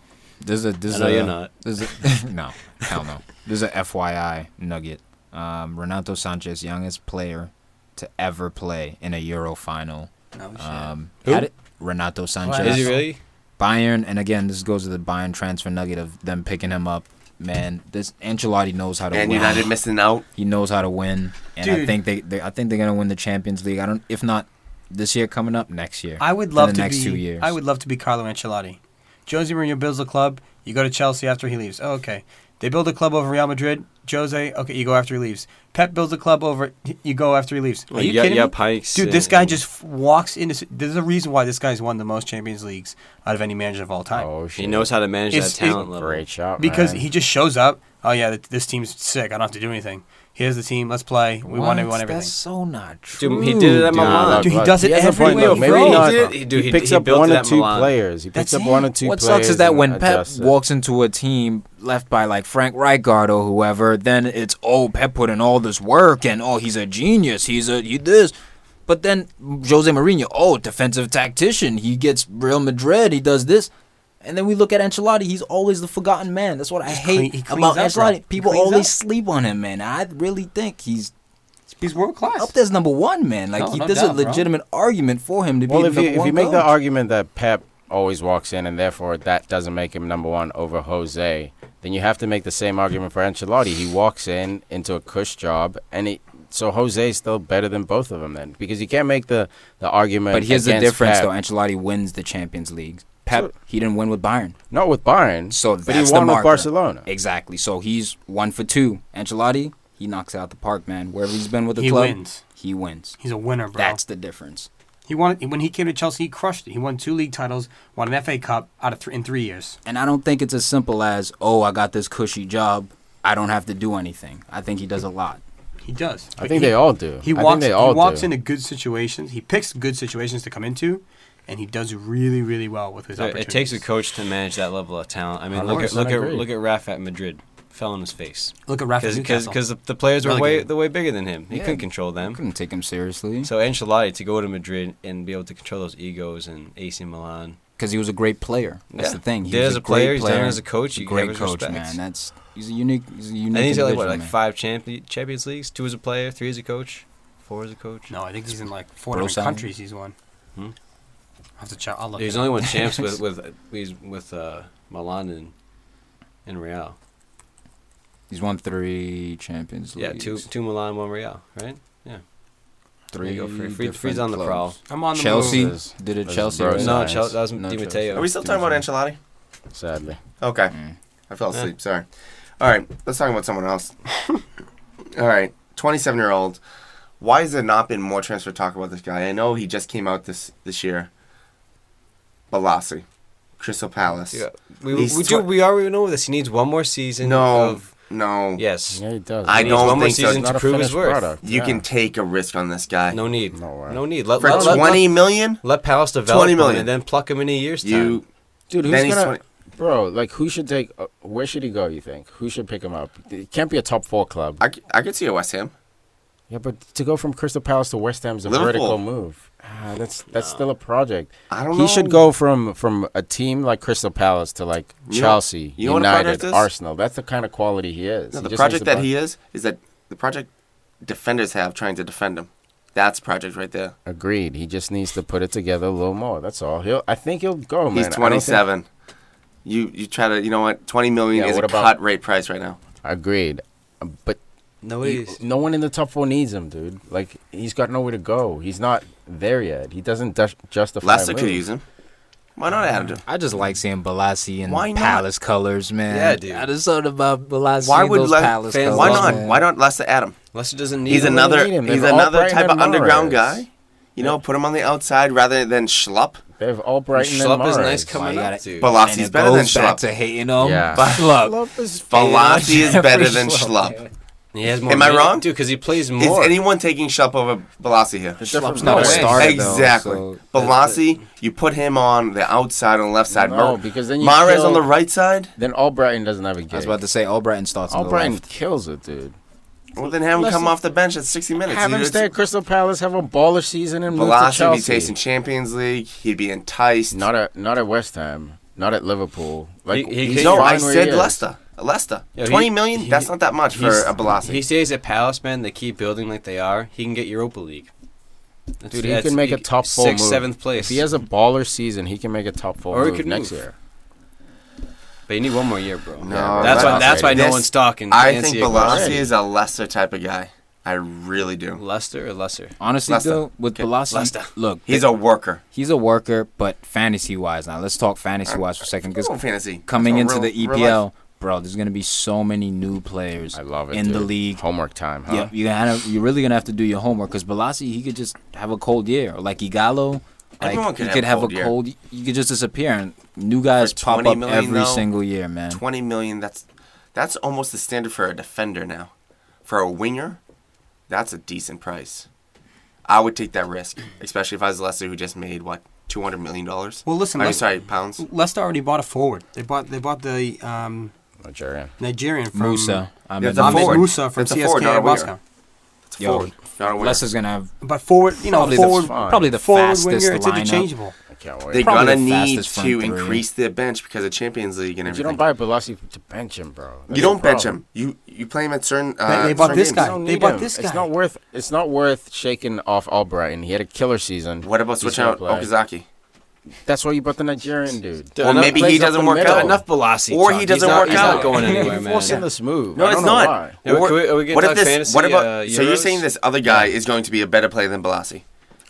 S1: There's a there's
S3: I know
S1: a
S3: you're not.
S1: there's a no hell no. There's a FYI nugget. Um, Renato Sanchez, youngest player to ever play in a Euro final.
S4: No shit.
S1: Um,
S3: Who?
S1: had it- Renato Sanchez.
S3: Is he really?
S1: Bayern, and again, this goes to the Bayern transfer nugget of them picking him up. Man, this Ancelotti knows how to
S5: and
S1: win.
S5: United missing out.
S1: He knows how to win, and I
S4: Dude.
S1: think they, they, I think they're gonna win the Champions League. I don't, if not this year, coming up next year.
S4: I would love
S1: the
S4: to
S1: next
S4: be.
S1: two years.
S4: I would love to be Carlo Ancelotti. Josie Mourinho builds a club. You go to Chelsea after he leaves. Oh, okay. They build a club over Real Madrid. Jose, okay, you go after he leaves. Pep builds a club over. You go after he leaves. Are
S3: Like,
S4: you
S3: yeah,
S4: kidding
S3: yeah,
S4: me?
S3: Pikes
S4: Dude, this guy
S3: and-
S4: just f- walks into. s- There's a reason why this guy's won the most Champions Leagues out of any manager of all time.
S2: Oh shit.
S3: He knows how to manage
S4: It's-
S3: that talent
S4: it's-
S3: level.
S2: Great shot.
S4: because
S2: man.
S4: he just shows up. Oh yeah, th- this team's sick. I don't have to do anything. Here's the team. Let's play. We won. We
S1: What?
S4: won everything.
S1: That's so not true.
S3: Dude, he did it at
S2: Dude,
S3: Milan.
S2: look,
S4: Dude, he
S2: look,
S4: does it
S2: has a point,
S4: everywhere,
S2: though. Maybe
S4: bro.
S2: not.
S3: He did it- dude,
S2: he
S3: he-
S2: picks
S3: he
S2: up
S3: built
S2: one
S3: it
S2: or
S3: at
S2: two
S3: Milan.
S2: players. He picks
S4: That's
S2: up one or
S4: it.
S2: two
S1: what
S2: players.
S1: sucks is that
S2: and
S1: when Pep
S2: adjusts it.
S1: walks into a team left by like Frank Rijkaard or whoever, then it's oh Pep put in all this work and oh he's a genius, he's a he this. But then Jose Mourinho, oh defensive tactician, he gets Real Madrid, he does this. And then we look at Ancelotti; he's always the forgotten man. That's what I
S4: He's clean-
S1: hate
S4: he cleans
S1: about
S4: up, bro. He
S1: Ancelotti. People
S4: cleans
S1: always
S4: up.
S1: sleep on him, man. I really think he's
S4: He's world class.
S1: up there as number one, man. Like
S4: No,
S1: he,
S4: no
S1: there's
S4: doubt,
S1: a
S4: bro.
S1: legitimate argument for him to
S2: Well,
S1: be
S2: if
S1: the
S2: you,
S1: number
S2: if
S1: one
S2: you make the
S1: coach.
S2: argument that Pep always walks in and therefore that doesn't make him number one over Jose, then you have to make the same argument for Ancelotti. He walks in into a cush job, and he, so Jose is still better than both of them then, because you can't make the, the argument.
S1: But here's the
S2: against
S1: difference,
S2: Pep.
S1: though. Ancelotti wins the Champions League. Pep,
S2: Sure.
S1: he didn't win with Bayern,
S2: Not with Bayern,
S1: so
S2: but he
S1: that's
S2: won
S1: the
S2: with
S1: marker.
S2: Barcelona.
S1: Exactly. So he's one for two. Ancelotti, he knocks it out the park, man. Wherever he's been with the
S4: He
S1: club,
S4: wins.
S1: he wins.
S4: He's a winner, bro.
S1: That's the difference.
S4: He won when he came to Chelsea. He crushed it. He won two league titles, won an FA Cup out of three in three years.
S1: And I don't think it's as simple as, oh, I got this cushy job. I don't have to do anything. I think he does a lot.
S4: He does.
S2: I think
S4: he,
S2: they all do.
S4: He
S2: I think
S4: walks.
S2: they all
S4: he walks
S2: do.
S4: into good situations. He picks good situations to come into, and he does really, really well with his
S3: So It
S4: opportunities.
S3: takes a coach to manage that level of talent. I mean, look at
S2: 100%
S3: look at
S2: agree.
S3: look at Raf at Madrid, fell on his face
S4: Look at Rafa
S3: because
S4: Newcastle.
S3: because the players were way
S4: Relegated.
S3: the way bigger than him. He
S1: Yeah.
S3: couldn't control them.
S1: Couldn't take him seriously
S3: So Ancelotti to go to Madrid and be able to control those egos and AC Milan.
S1: because he was a great player. That's
S3: Yeah.
S1: the thing. He
S3: Did
S1: was
S3: as
S1: a
S3: a player,
S1: great
S3: he's done
S1: player.
S3: as a coach,
S1: He's a
S3: you
S1: great
S3: give his
S1: coach, man.
S3: respects.
S1: That's he's a unique. He's a unique.
S3: And he's got like what
S1: individual,
S3: like
S1: man.
S3: five champion Champions Leagues, two as a player, three as a coach, four as a coach.
S4: no, I think he's in like four
S1: Bro
S4: different
S1: signing.
S4: countries. He's won.
S3: Hmm?
S4: I have to check. I'll look.
S3: He's
S4: it up.
S3: only won champs with with he's with uh, Milan and and Real.
S1: He's won three Champions League.
S3: Yeah, two two Milan, one Real, right?
S1: three.
S3: There you go, free- free-
S1: different
S3: free's on the
S1: clubs.
S3: prowl.
S4: I'm on the
S1: Chelsea
S4: move.
S2: There's-
S1: did it.
S2: there's
S1: Chelsea.
S2: Bro
S1: right?
S3: No,
S2: science.
S3: Chel- that was
S1: No,
S3: Di
S1: Chelsea.
S3: Matteo.
S5: Are we still talking about Ancelotti?
S2: Sadly,
S5: Okay,
S1: Mm.
S5: I fell
S3: Yeah.
S5: asleep. Sorry. All right, let's talk about someone else. All right, 27 year old. Why has there not been more transfer talk about this guy? I know he just came out this this year. Balassi. Crystal Palace.
S3: Yeah, we, we
S5: He's
S3: do.
S5: tw-
S3: We already know this. He needs one more season.
S5: No,
S3: Of,
S5: no.
S3: yes.
S2: Yeah, he does.
S5: I
S3: He
S2: He
S3: needs
S5: don't
S3: one more
S5: think so. It's
S3: season
S2: not
S3: to
S2: a
S3: prove his
S2: finished
S3: worth.
S2: product.
S5: You
S2: Yeah.
S5: can take a risk on this guy.
S3: No need.
S2: No
S3: No,
S2: way.
S3: need. Let,
S5: For
S3: let, let,
S5: twenty million,
S3: let Palace develop
S5: 20
S3: him
S5: million.
S3: and then pluck him in a year's
S5: you
S3: time.
S2: Dude, who's
S5: then he's
S2: gonna?
S5: 20
S2: Bro, like, who should take? Uh, where should he go? You think? Who should pick him up? It can't be a top four club.
S5: I, c- I could see a West Ham.
S2: yeah, but to go from Crystal Palace to West Ham is a
S5: Liverpool.
S2: vertical move. Ah, that's that's still a project.
S5: I don't
S2: He
S5: know.
S2: should go from from a team like Crystal Palace to like
S5: You know-
S2: Chelsea,
S5: you know what a project
S2: United,
S5: is?
S2: Arsenal. That's the kind of quality he is.
S5: No,
S2: He
S5: the
S2: just
S5: project
S2: needs to
S5: that
S2: buy-
S5: he is is that the project defenders have trying to defend him. That's project right there.
S2: agreed. He just needs to put it together a little more. That's all. He'll. I think he'll go. Oh, man. I
S5: He's
S2: don't think-
S5: 27. You you try to you know what? 20 million
S2: Yeah,
S5: is a
S2: what about-
S5: cut rate price right now.
S2: Agreed. But
S3: Nobody's.
S2: You- no one in the top four needs him, dude. Like he's got nowhere to go. He's not there yet. He doesn't dus- justify.
S5: Leicester
S2: a
S5: could
S2: move.
S5: use him. Why not add him?
S1: I just like seeing Balassi in
S5: Why not?
S1: Palace colors, man.
S3: Yeah, dude.
S1: I just thought about Balassi
S5: Why
S1: in
S5: would
S1: those
S5: Le-
S1: Palace
S3: fans
S1: colors.
S5: Why
S3: love
S5: not?
S1: man.
S5: Why not Leicester add him?
S3: Leicester doesn't need
S5: He's
S3: him.
S2: don't really
S5: another
S2: need him.
S5: he's
S2: They've all
S5: another
S2: Brighton
S5: type of
S2: and
S5: underground
S2: Mahrez.
S5: guy. You know, put him on the outside rather than schlup.
S2: They've all Brighton and
S3: Schlupp is
S2: Mahrez.
S3: nice coming
S1: Why you
S3: up,
S1: gotta-
S3: dude.
S1: And
S5: Bal- Balassi
S1: it
S5: is better than
S1: goes back
S5: Schlupp.
S1: to hating on
S2: Yeah.
S1: Schlupp.
S2: Schlupp is
S5: Balassi is better than
S1: Jeffrey
S5: schlup.
S3: He has more
S5: Am I
S3: minute-
S5: wrong?
S3: dude? Because he plays
S5: Is
S3: more.
S5: anyone taking schlup over Balassi here?
S1: Schlupp's not a
S3: No way.
S1: starter, though,
S5: exactly.
S1: so-
S5: Balassi, you put him on the outside on the left side.
S2: No,
S5: Mar-
S2: because then you
S5: Mares
S2: kill-
S5: on the right side.
S2: Then all Brighton doesn't have a game.
S1: I was about to say Albrighton starts on
S2: all
S1: the
S2: Brighton
S1: left.
S2: kills it, dude.
S5: Well, then have him
S2: Listen-
S5: come off the bench at 60 minutes.
S2: Have him
S5: It's-
S2: stay at Crystal Palace, have a baller season, and move to
S5: Balassi would be
S2: Chelsea.
S5: tasting Champions League. He'd be enticed.
S2: Not at not at West Ham, not at Liverpool. Like
S3: He- he
S2: he's
S3: could-
S5: no,
S2: fine
S5: I
S2: where
S5: said
S2: he is.
S5: Leicester. Leicester.
S3: Yeah, he-
S5: Twenty million.
S3: he-
S5: That's not that much for
S3: He's-
S5: a Balassi.
S3: He stays at Palace, man. They keep building like they are. He can get Europa League. That's-
S2: Dude, he
S3: that's-
S2: can make a top four
S3: sixth,
S2: move.
S3: seventh place.
S2: If he has a baller season, he can make a top four
S3: Or he
S2: move
S3: could
S2: next
S3: move.
S2: year.
S3: but you need one more year, bro.
S5: No,
S2: Yeah,
S3: that's
S2: that's
S3: why.
S2: not
S3: That's why
S2: ready.
S3: no
S5: This-
S3: one's talking.
S5: I think
S3: Balassi
S5: Balassi is a Leicester type of guy. I really do.
S3: Leicester or Lesser.
S1: Honestly,
S5: Leicester.
S1: though, with
S5: Okay,
S1: Balassi,
S3: Leicester.
S1: look,
S5: He's
S1: he's
S5: a worker.
S1: he's a worker, but fantasy wise now, let's talk fantasy wise for a second because
S5: It's all fantasy.
S1: coming
S5: It's
S1: into
S5: all
S1: the
S3: E
S5: real- real life.
S1: EPL, bro, there's gonna be so many new players
S2: I love it
S1: in the
S2: dude.
S1: league.
S2: Homework time, huh?
S1: Yep, you're gonna you're really gonna have to do your homework because Balassi he could just have a cold year, or like Igalo, like
S5: Everyone
S1: he
S5: could
S1: could have, a
S5: year.
S1: cold. You could just disappear, and new guys
S5: For
S1: pop
S5: 20
S1: up
S5: million,
S1: every
S5: though,
S1: single year, man.
S5: Twenty million. That's that's almost the standard for a defender now. For a winger, that's a decent price. I would take that risk, especially if I was Leicester, who just made what two hundred million dollars.
S4: Well, listen,
S5: I'm
S4: like-
S5: sorry, pounds.
S4: Leicester already bought a forward. They bought they bought the um,
S2: Nigerian.
S4: Nigerian from
S1: Musa, I
S5: Yeah,
S1: mean,
S5: the
S4: Ahmed
S5: forward.
S4: Musa from
S5: It's a
S4: CSKA
S5: forward, not a winger.
S4: Moscow.
S5: It's
S1: Yo,
S5: forward, not a winger.
S1: Leicester's gonna have
S4: But forward, you know,
S1: Probably the
S4: forward,
S1: f- probably the
S4: forward
S1: fastest
S4: winger, it's
S1: lineup.
S4: interchangeable.
S2: I can't wait.
S5: They're
S1: Probably
S5: gonna
S1: the
S5: need
S1: fastest front
S5: to
S1: three.
S5: increase their bench because of Champions League and
S2: But you
S5: everything.
S2: don't buy Velasi to bench him, bro. That's
S5: You
S2: the
S5: don't bench
S2: problem.
S5: him. You you play him at certain.
S4: They-
S5: Uh,
S4: they bought
S5: certain
S4: this
S5: games.
S4: guy.
S2: You don't
S4: They
S2: need
S4: bought
S2: him.
S4: this guy.
S2: It's not worth. It's not worth shaking off Albrighton. He had a killer season.
S5: What about
S2: He's
S5: switching
S2: gonna
S5: out
S2: play.
S5: Okazaki?
S2: That's why you bought the Nigerian dude.
S3: Dude,
S5: Or
S3: enough-
S5: maybe
S2: plays
S5: he
S2: up
S5: doesn't
S2: the
S5: work
S2: middle.
S5: out
S3: Got
S2: No.
S5: enough.
S3: enough Velasi.
S5: Or he
S3: talk. He's
S5: doesn't
S3: not-
S5: work
S3: he's
S5: out.
S3: not going anywhere,
S2: You're
S3: man.
S2: forcing this move.
S5: No,
S2: I
S5: it's
S2: don't know
S5: not.
S2: why.
S3: Yeah, but can we- are we gonna
S5: what if
S3: talk
S5: this?
S3: fantasy,
S5: what about?
S3: uh,
S5: so you're
S3: Euros?
S5: saying this other guy is going to be a better player than Balassi?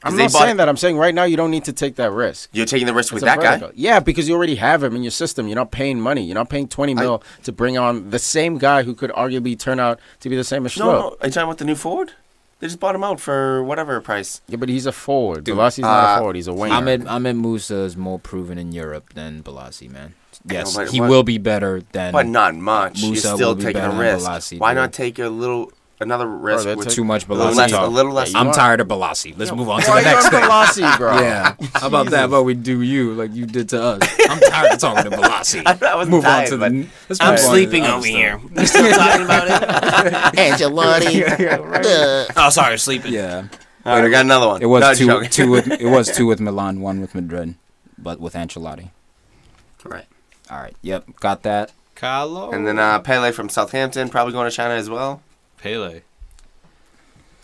S2: I'm
S5: they
S2: not
S5: bought-
S2: saying that. I'm saying right now you don't need to take that risk.
S5: You're taking the risk with
S2: It's a
S5: that guy.
S2: vertical. Yeah, because you already have him in your system. You're not paying money. You're not paying 20 mil to bring on the same guy who could arguably turn out to be the same as Schlupp.
S5: No, no. Are you talking about the new forward? They just bought him out for whatever price.
S2: Yeah, but he's a forward. Velasi's
S5: uh,
S2: not a forward. He's a winger.
S1: Ahmed Ahmed Musa is more proven in Europe than Balassi, man. Yes,
S5: Yeah, but
S1: he
S5: what-
S1: will be better than.
S5: But not much. You're
S1: Musa
S5: still
S1: will be
S5: taking
S1: better
S5: a
S1: than
S5: risk.
S1: Balassi,
S5: Why
S1: dude.
S5: not take a little another risk
S2: they
S5: with
S2: took-
S1: too much
S5: a little
S1: Balassi
S5: less,
S1: talk.
S5: a little less?
S2: you
S1: I'm
S2: are-
S1: tired of Balassi. Let's move on to
S2: Why
S1: the
S2: you
S1: next
S2: on
S1: thing.
S2: Velasi, bro?
S1: Yeah. How about that? But we do you like you did to us. I'm tired of talking to Balassi.
S5: I wasn't
S1: move on
S5: tired,
S1: to
S5: but-
S1: the. Let's
S3: I'm
S1: move on to
S3: sleeping
S1: the other
S3: over
S1: stuff.
S3: here. Oh, sorry, sleeping.
S1: Yeah,
S5: All right, I got another one.
S1: it was
S5: No,
S1: two.
S5: joking.
S1: Two. With, it was two with Milan, one with Madrid, but with Ancelotti.
S5: Right.
S1: All right. Yep. Got that.
S3: Carlo.
S5: And then uh, Pele from Southampton probably going to China as well. Uh,
S3: Pele.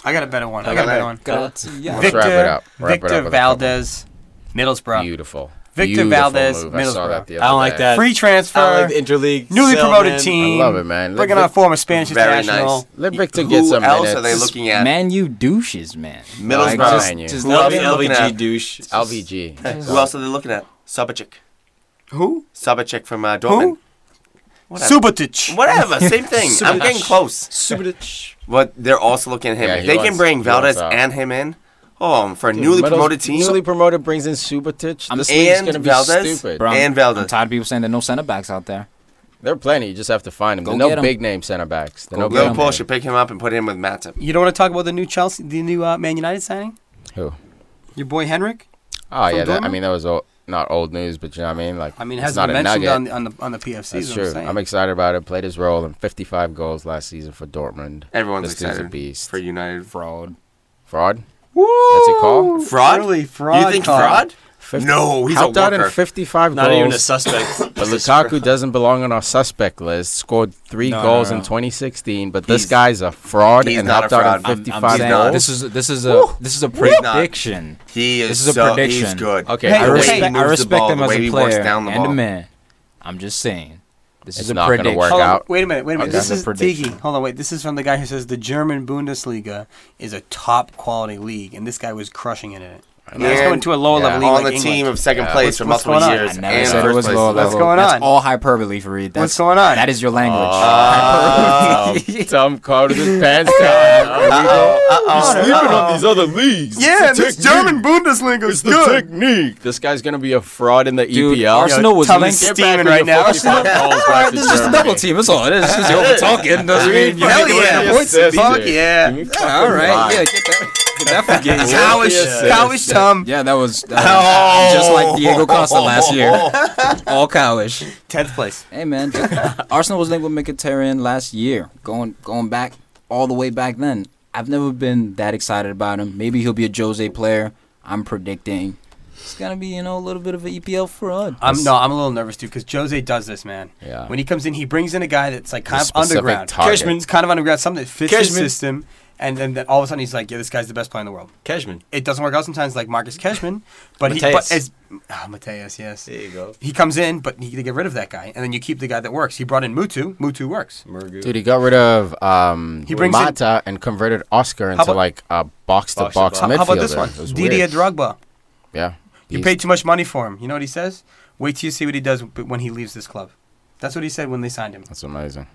S4: I got a better one. I
S5: Okay.
S4: got a better one.
S1: Got
S2: Let's
S4: Victor,
S2: wrap it up. Wrap it up
S4: Victor
S2: with a couple.
S4: Valdez, Middlesbrough.
S2: Beautiful.
S4: Victor
S2: Beautiful
S4: Valdez,
S2: move. I saw
S4: Middlesbrough.
S2: that the
S3: I don't
S2: other
S3: like
S2: day.
S3: that.
S4: Free transfer.
S3: I like the interleague.
S4: newly
S3: sell,
S4: promoted
S3: man.
S4: team.
S2: I love it, man. Let,
S4: Bringing our
S2: let,
S4: former Spanish
S5: Very nice.
S4: international.
S2: let Victor
S5: Who
S2: get some
S5: else
S2: minutes.
S5: are they looking at?
S1: Man, you douches, man.
S5: Middlesbrough.
S1: just,
S2: Man U.
S1: just
S5: Who else
S1: let
S5: are they
S1: me-
S5: looking
S3: LVG
S5: at?
S3: douche.
S2: LVG.
S5: Who else are they looking at? Subacic.
S4: Who?
S5: Subacic from uh, Dortmund. Whatever.
S4: Subotic.
S5: Whatever, same thing. I'm getting close.
S3: Subotic.
S5: But they're also looking at him.
S2: Yeah,
S5: if
S2: he
S5: they can
S2: wants-
S5: bring
S1: uh,
S2: he wants
S5: Valdez
S2: out.
S5: and him in, Oh, for a newly
S2: Middles-
S5: promoted team
S2: Newly promoted brings in Subotic.
S1: I'm-
S2: This league's
S5: and
S2: gonna be
S5: Valdez?
S2: stupid.
S5: Bro. And Valdez.
S1: I'm tired of people saying there are no center backs out there.
S2: There are plenty. You just have to find them.
S1: Go
S2: There are
S1: get
S2: no
S1: 'em.
S2: big name center backs. There are no
S1: Go get
S2: big
S1: 'em.
S5: Liverpool
S2: name.
S5: should pick him up and put him with Matip.
S4: You don't want to talk about the new Chelsea, the new uh, Man United signing?
S2: Who?
S4: Your boy Henrik?
S2: Oh
S4: From
S2: yeah, that, I
S4: Dortmund?
S2: mean that was old, not old news, but you know what I mean. Like
S4: I mean, it
S2: it's
S4: hasn't
S2: not
S4: been
S2: a
S4: mentioned
S2: nugget.
S4: on the, on the on the PFC.
S2: That's
S4: is what
S2: true.
S4: I'm saying.
S2: I'm excited about it. Played his role in 55 goals last season for Dortmund.
S5: Everyone's
S2: This dude's a
S5: excited
S2: beast.
S5: for United.
S1: Fraud.
S2: Fraud?
S4: Woo!
S2: That's a call?
S5: Fraud?
S4: Early fraud.
S5: you think
S4: call.
S5: fraud?
S2: 50
S5: No, he's a
S2: helped out in
S5: worker.
S2: 55
S3: Not
S2: goals.
S3: even a suspect.
S2: but Lukaku doesn't belong on our suspect list. Scored three
S1: No,
S2: goals
S1: no,
S2: in
S1: no.
S2: 2016, but
S5: He's-
S2: this guy's a fraud
S5: he's
S2: and
S5: not a
S2: helped out in
S5: fraud. I'm- I'm
S2: 55
S1: I'm saying
S2: goals.
S1: this is this is a this is a
S5: not.
S1: prediction.
S5: He is,
S1: This is a
S5: so, He's
S1: prediction.
S5: good.
S2: Okay,
S4: Hey,
S1: I
S5: The way he
S1: respect, I
S5: moves the
S1: respect
S5: ball,
S1: him
S5: the
S1: as
S5: way
S1: a
S5: he works
S1: player
S5: down the
S1: and a
S5: ball.
S1: man. I'm just saying, this
S2: It's
S1: is a
S2: not gonna
S1: prediction.
S2: work
S4: Hold on,
S2: out.
S4: wait a minute, wait a minute.
S1: Okay.
S4: This
S1: That's a
S4: is
S1: prediction.
S4: Tiggy. Hold on, wait. This is from the guy who says the German Bundesliga is a top quality league, and this guy was crushing it in it.
S5: know.
S4: He's going to a lower
S2: Yeah.
S4: level league
S5: on
S4: like
S5: the
S4: England.
S5: team of second
S2: Yeah.
S5: place for
S4: What's- what's
S5: multiple
S4: going on?
S5: years
S1: I
S5: and
S1: never said it
S5: first
S1: was
S5: place.
S1: low
S4: What's
S1: level.
S4: going on?
S1: That's all hyperbole, Fareed. That's,
S4: What's going on? Oh.
S1: That is your language.
S5: Uh,
S2: Tom caught with his pants down. Sleeping on these other leagues.
S4: yeah, this German Bundesliga is good.
S2: technique. This guy's gonna be a fraud in the
S1: Dude,
S2: EPL.
S1: Arsenal was linked-
S4: Tommy's
S2: Get back
S4: steaming
S2: with
S4: right
S2: your
S4: now.
S2: 55 goals back to
S1: This is just a
S2: Germany.
S1: double team. That's all it is. It's just you over talking. Doesn't mean you
S4: Hell
S1: ain't doing
S4: yeah.
S1: it.
S4: Points
S2: Yes,
S4: fuck
S2: dude.
S4: yeah.
S2: Give me
S4: Yeah,
S2: fucking
S4: all right.
S2: five.
S4: Yeah, get that.
S1: Get that from Gaines.
S4: Cowish,
S2: Yes,
S4: cowish Tom.
S1: Yeah, that was, that was just like Diego Costa last year. All cowish.
S4: Tenth place.
S1: Hey man, Arsenal was linked with Mkhitaryan last year. Going going back all the way back then. I've never been that excited about him. Maybe he'll be a Jose player. I'm predicting it's gonna be you know a little bit of an EPL fraud.
S4: I'm no, I'm a little nervous dude because Jose does this, man.
S2: Yeah.
S4: When he comes in, he brings in a guy that's like kind
S2: A
S4: of
S2: specific
S4: underground.
S2: target.
S3: Cashman.
S4: It's kind of underground, something that fits his
S3: Cashman.
S4: system, and then then all of a sudden he's like, yeah, this guy's the best player in the world.
S3: Cashman.
S4: It doesn't work out sometimes, like Marcus Cashman, but he but
S3: Mateus.
S4: as ah, Mateus, yes.
S3: There you go.
S4: He comes in, but you get rid of that guy, and then you keep the guy that works. He brought in Mutu. Mutu works.
S3: Murgu.
S2: Dude, he got rid of um,
S4: He brings in-
S2: Mata and converted Oscar into
S4: about-
S2: like a box to box
S3: Box-to-box.
S4: How,
S2: midfielder.
S4: how about this one?
S2: It was
S4: Didier
S2: weird.
S4: Drogba.
S2: Yeah.
S4: You
S2: He's-
S4: paid too much money for him. You know what he says? Wait till you see what he does b- when he leaves this club. That's what he said when they signed him.
S2: That's amazing.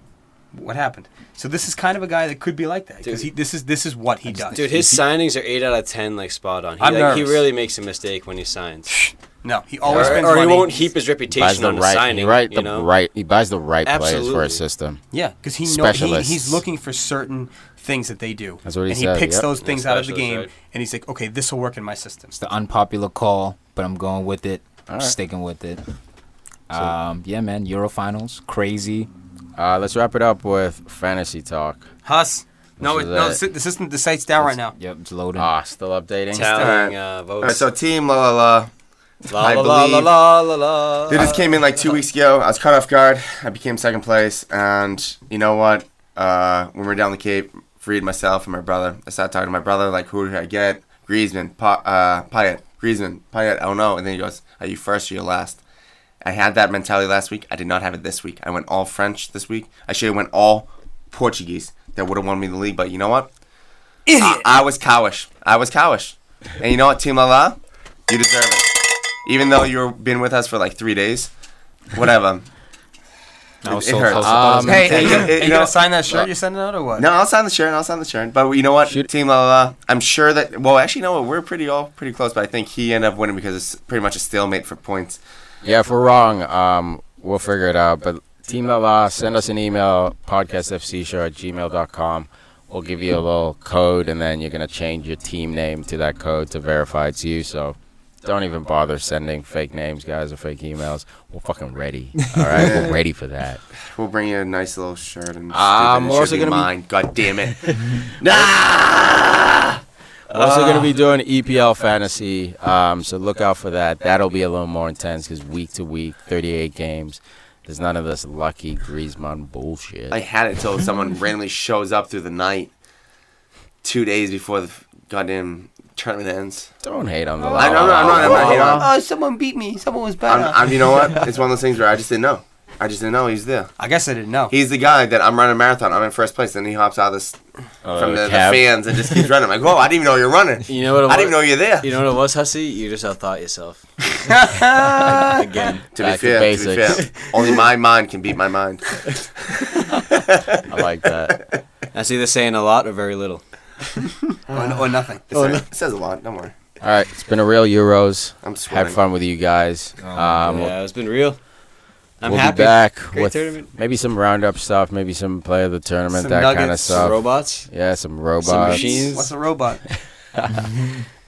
S4: What happened? So this is kind of a guy that could be like that because
S3: Dude.
S4: he this is this is what he does.
S3: Dude, his signings are eight out of ten, like spot on. He,
S4: I'm
S3: like, he
S4: nervous.
S3: really makes a mistake when he signs,
S4: no, he always
S3: or,
S4: spends
S3: or he
S4: money.
S3: won't heap his
S2: buys
S3: reputation
S2: the
S3: on
S2: right,
S3: a signing.
S2: he right,
S3: you
S2: the
S3: know?
S2: right. He buys the right players for
S3: Absolutely.
S2: his system.
S4: Yeah, because he, know, he
S2: Specialists.
S4: he's looking for certain things that they do.
S2: That's what he
S4: and
S2: said,
S4: he picks
S2: yep.
S4: those
S3: Yeah,
S4: things out of the
S3: specialists,
S4: game,
S3: right.
S4: and he's like, okay, this will work in my system.
S1: It's the unpopular call, but I'm going with it.
S2: right.
S1: Sticking with it. Um, yeah, man. Euro finals, crazy.
S2: Uh, let's wrap it up with fantasy talk.
S4: Huss. No,
S2: This
S4: it,
S2: is
S4: no,
S2: it.
S4: the si- the system, the site's down right now.
S1: Yep, it's loading.
S2: Ah, still updating.
S3: Tallying
S5: All
S3: uh,
S5: All right,
S3: votes.
S5: so team la la la.
S3: La,
S5: I
S3: la, la, la,
S5: believe-
S3: la, la, la.
S5: They just came in like two weeks ago. I was caught off guard. I became second place, and you know what? Uh, when we were down the Cape, freed myself and my brother. I started talking to my brother like, "Who did I get? Griezmann, pa- uh, Payet, Griezmann, Payet. I don't know." And then he goes, "Are you first or you last?" I had that mentality last week. I did not have it this week. I went all French this week. I should have went all Portuguese. That would have won me the league. But you know what? I, I was cowish. I was cowish. And you know what, Team Lala? You deserve it. Even though you've been with us for like three days. Whatever.
S1: I was
S5: it- it
S1: so
S5: hurts.
S1: close. I thought I was
S2: Um,
S1: gonna
S4: Hey,
S1: take
S4: are you,
S1: it.
S4: gonna-
S5: it-
S4: are you
S5: you
S4: gonna
S5: know- uh,
S4: sign that shirt you're sending out or what?
S5: No, I'll sign the shirt. I'll sign the shirt. But you know what,
S2: Shoot.
S5: Team La La, La, I'm sure that. Well, actually, no. We're pretty all pretty close. But I think he ended up winning because it's pretty much a stalemate for points.
S2: Yeah, if we're wrong, um, we'll figure it out. But Team La La, send us an email, podcastfcshow at gmail.com. We'll give you a little code, and then you're going to change your team name to that code to verify it's you. So don't even bother sending fake names, guys, or fake emails. We're fucking ready. All right? We're ready for that.
S5: We'll bring you a nice little shirt and.
S2: Um,
S5: stupid,
S2: we're
S5: it
S2: also
S5: should
S2: gonna be-
S5: mine. God damn it. nah!
S2: We're also going to be doing EPL fantasy, um, so look out for that. That'll be a little more intense because week to week, 38 games. There's none of this lucky Griezmann bullshit.
S5: I had it until someone randomly shows up through the night, two days before the goddamn tournament ends.
S2: Don't hate on the.
S5: I know, I'm not, I'm not, I'm not hating on.
S4: Oh, someone beat me. Someone was better.
S5: I'm, I'm, you know what? It's one of those things where I just didn't know. I just didn't know he's there.
S4: I guess I didn't know.
S5: He's the guy that I'm running a marathon. I'm in first place, and he hops out of this
S2: Oh,
S5: from
S2: the
S5: the, the
S2: cab.
S5: fans and just keeps running. like, whoa! I didn't even know you're running.
S3: You know what? It
S5: I didn't even know
S3: was?
S5: you're there.
S3: You know what it was, Hussy? You just outthought yourself again.
S5: to be
S2: Back to
S5: fair, to, be fair,
S2: basics.
S5: only my mind can beat my mind.
S2: I like that.
S3: That's either saying a lot or very little.
S4: or, or nothing.
S5: It says, it says a lot. Don't worry.
S2: All right, it's been a real Euros.
S5: I'm
S2: Had
S5: sweating.
S2: fun with you guys. Um,
S3: Oh, yeah, it's been real. I'm
S2: we'll
S3: happy.
S2: be back
S3: Great
S2: with
S3: tournament.
S2: maybe some roundup stuff, maybe some play of the tournament,
S4: Some
S2: that kind of
S4: nuggets,
S3: Some
S2: stuff.
S3: robots.
S2: yeah, some
S3: Some
S2: robots.
S3: machines.
S4: What's a robot?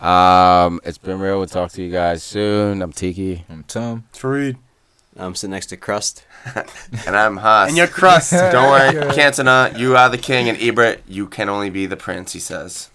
S2: um, it's been real. We'll talk to you guys soon. I'm Tiki.
S1: I'm Tom.
S4: Fareed.
S3: I'm sitting next to Crust.
S5: And I'm Haas.
S4: And your crust.
S5: Don't worry, Cantona, you are the king, and Ibra, you can only be the prince, he says.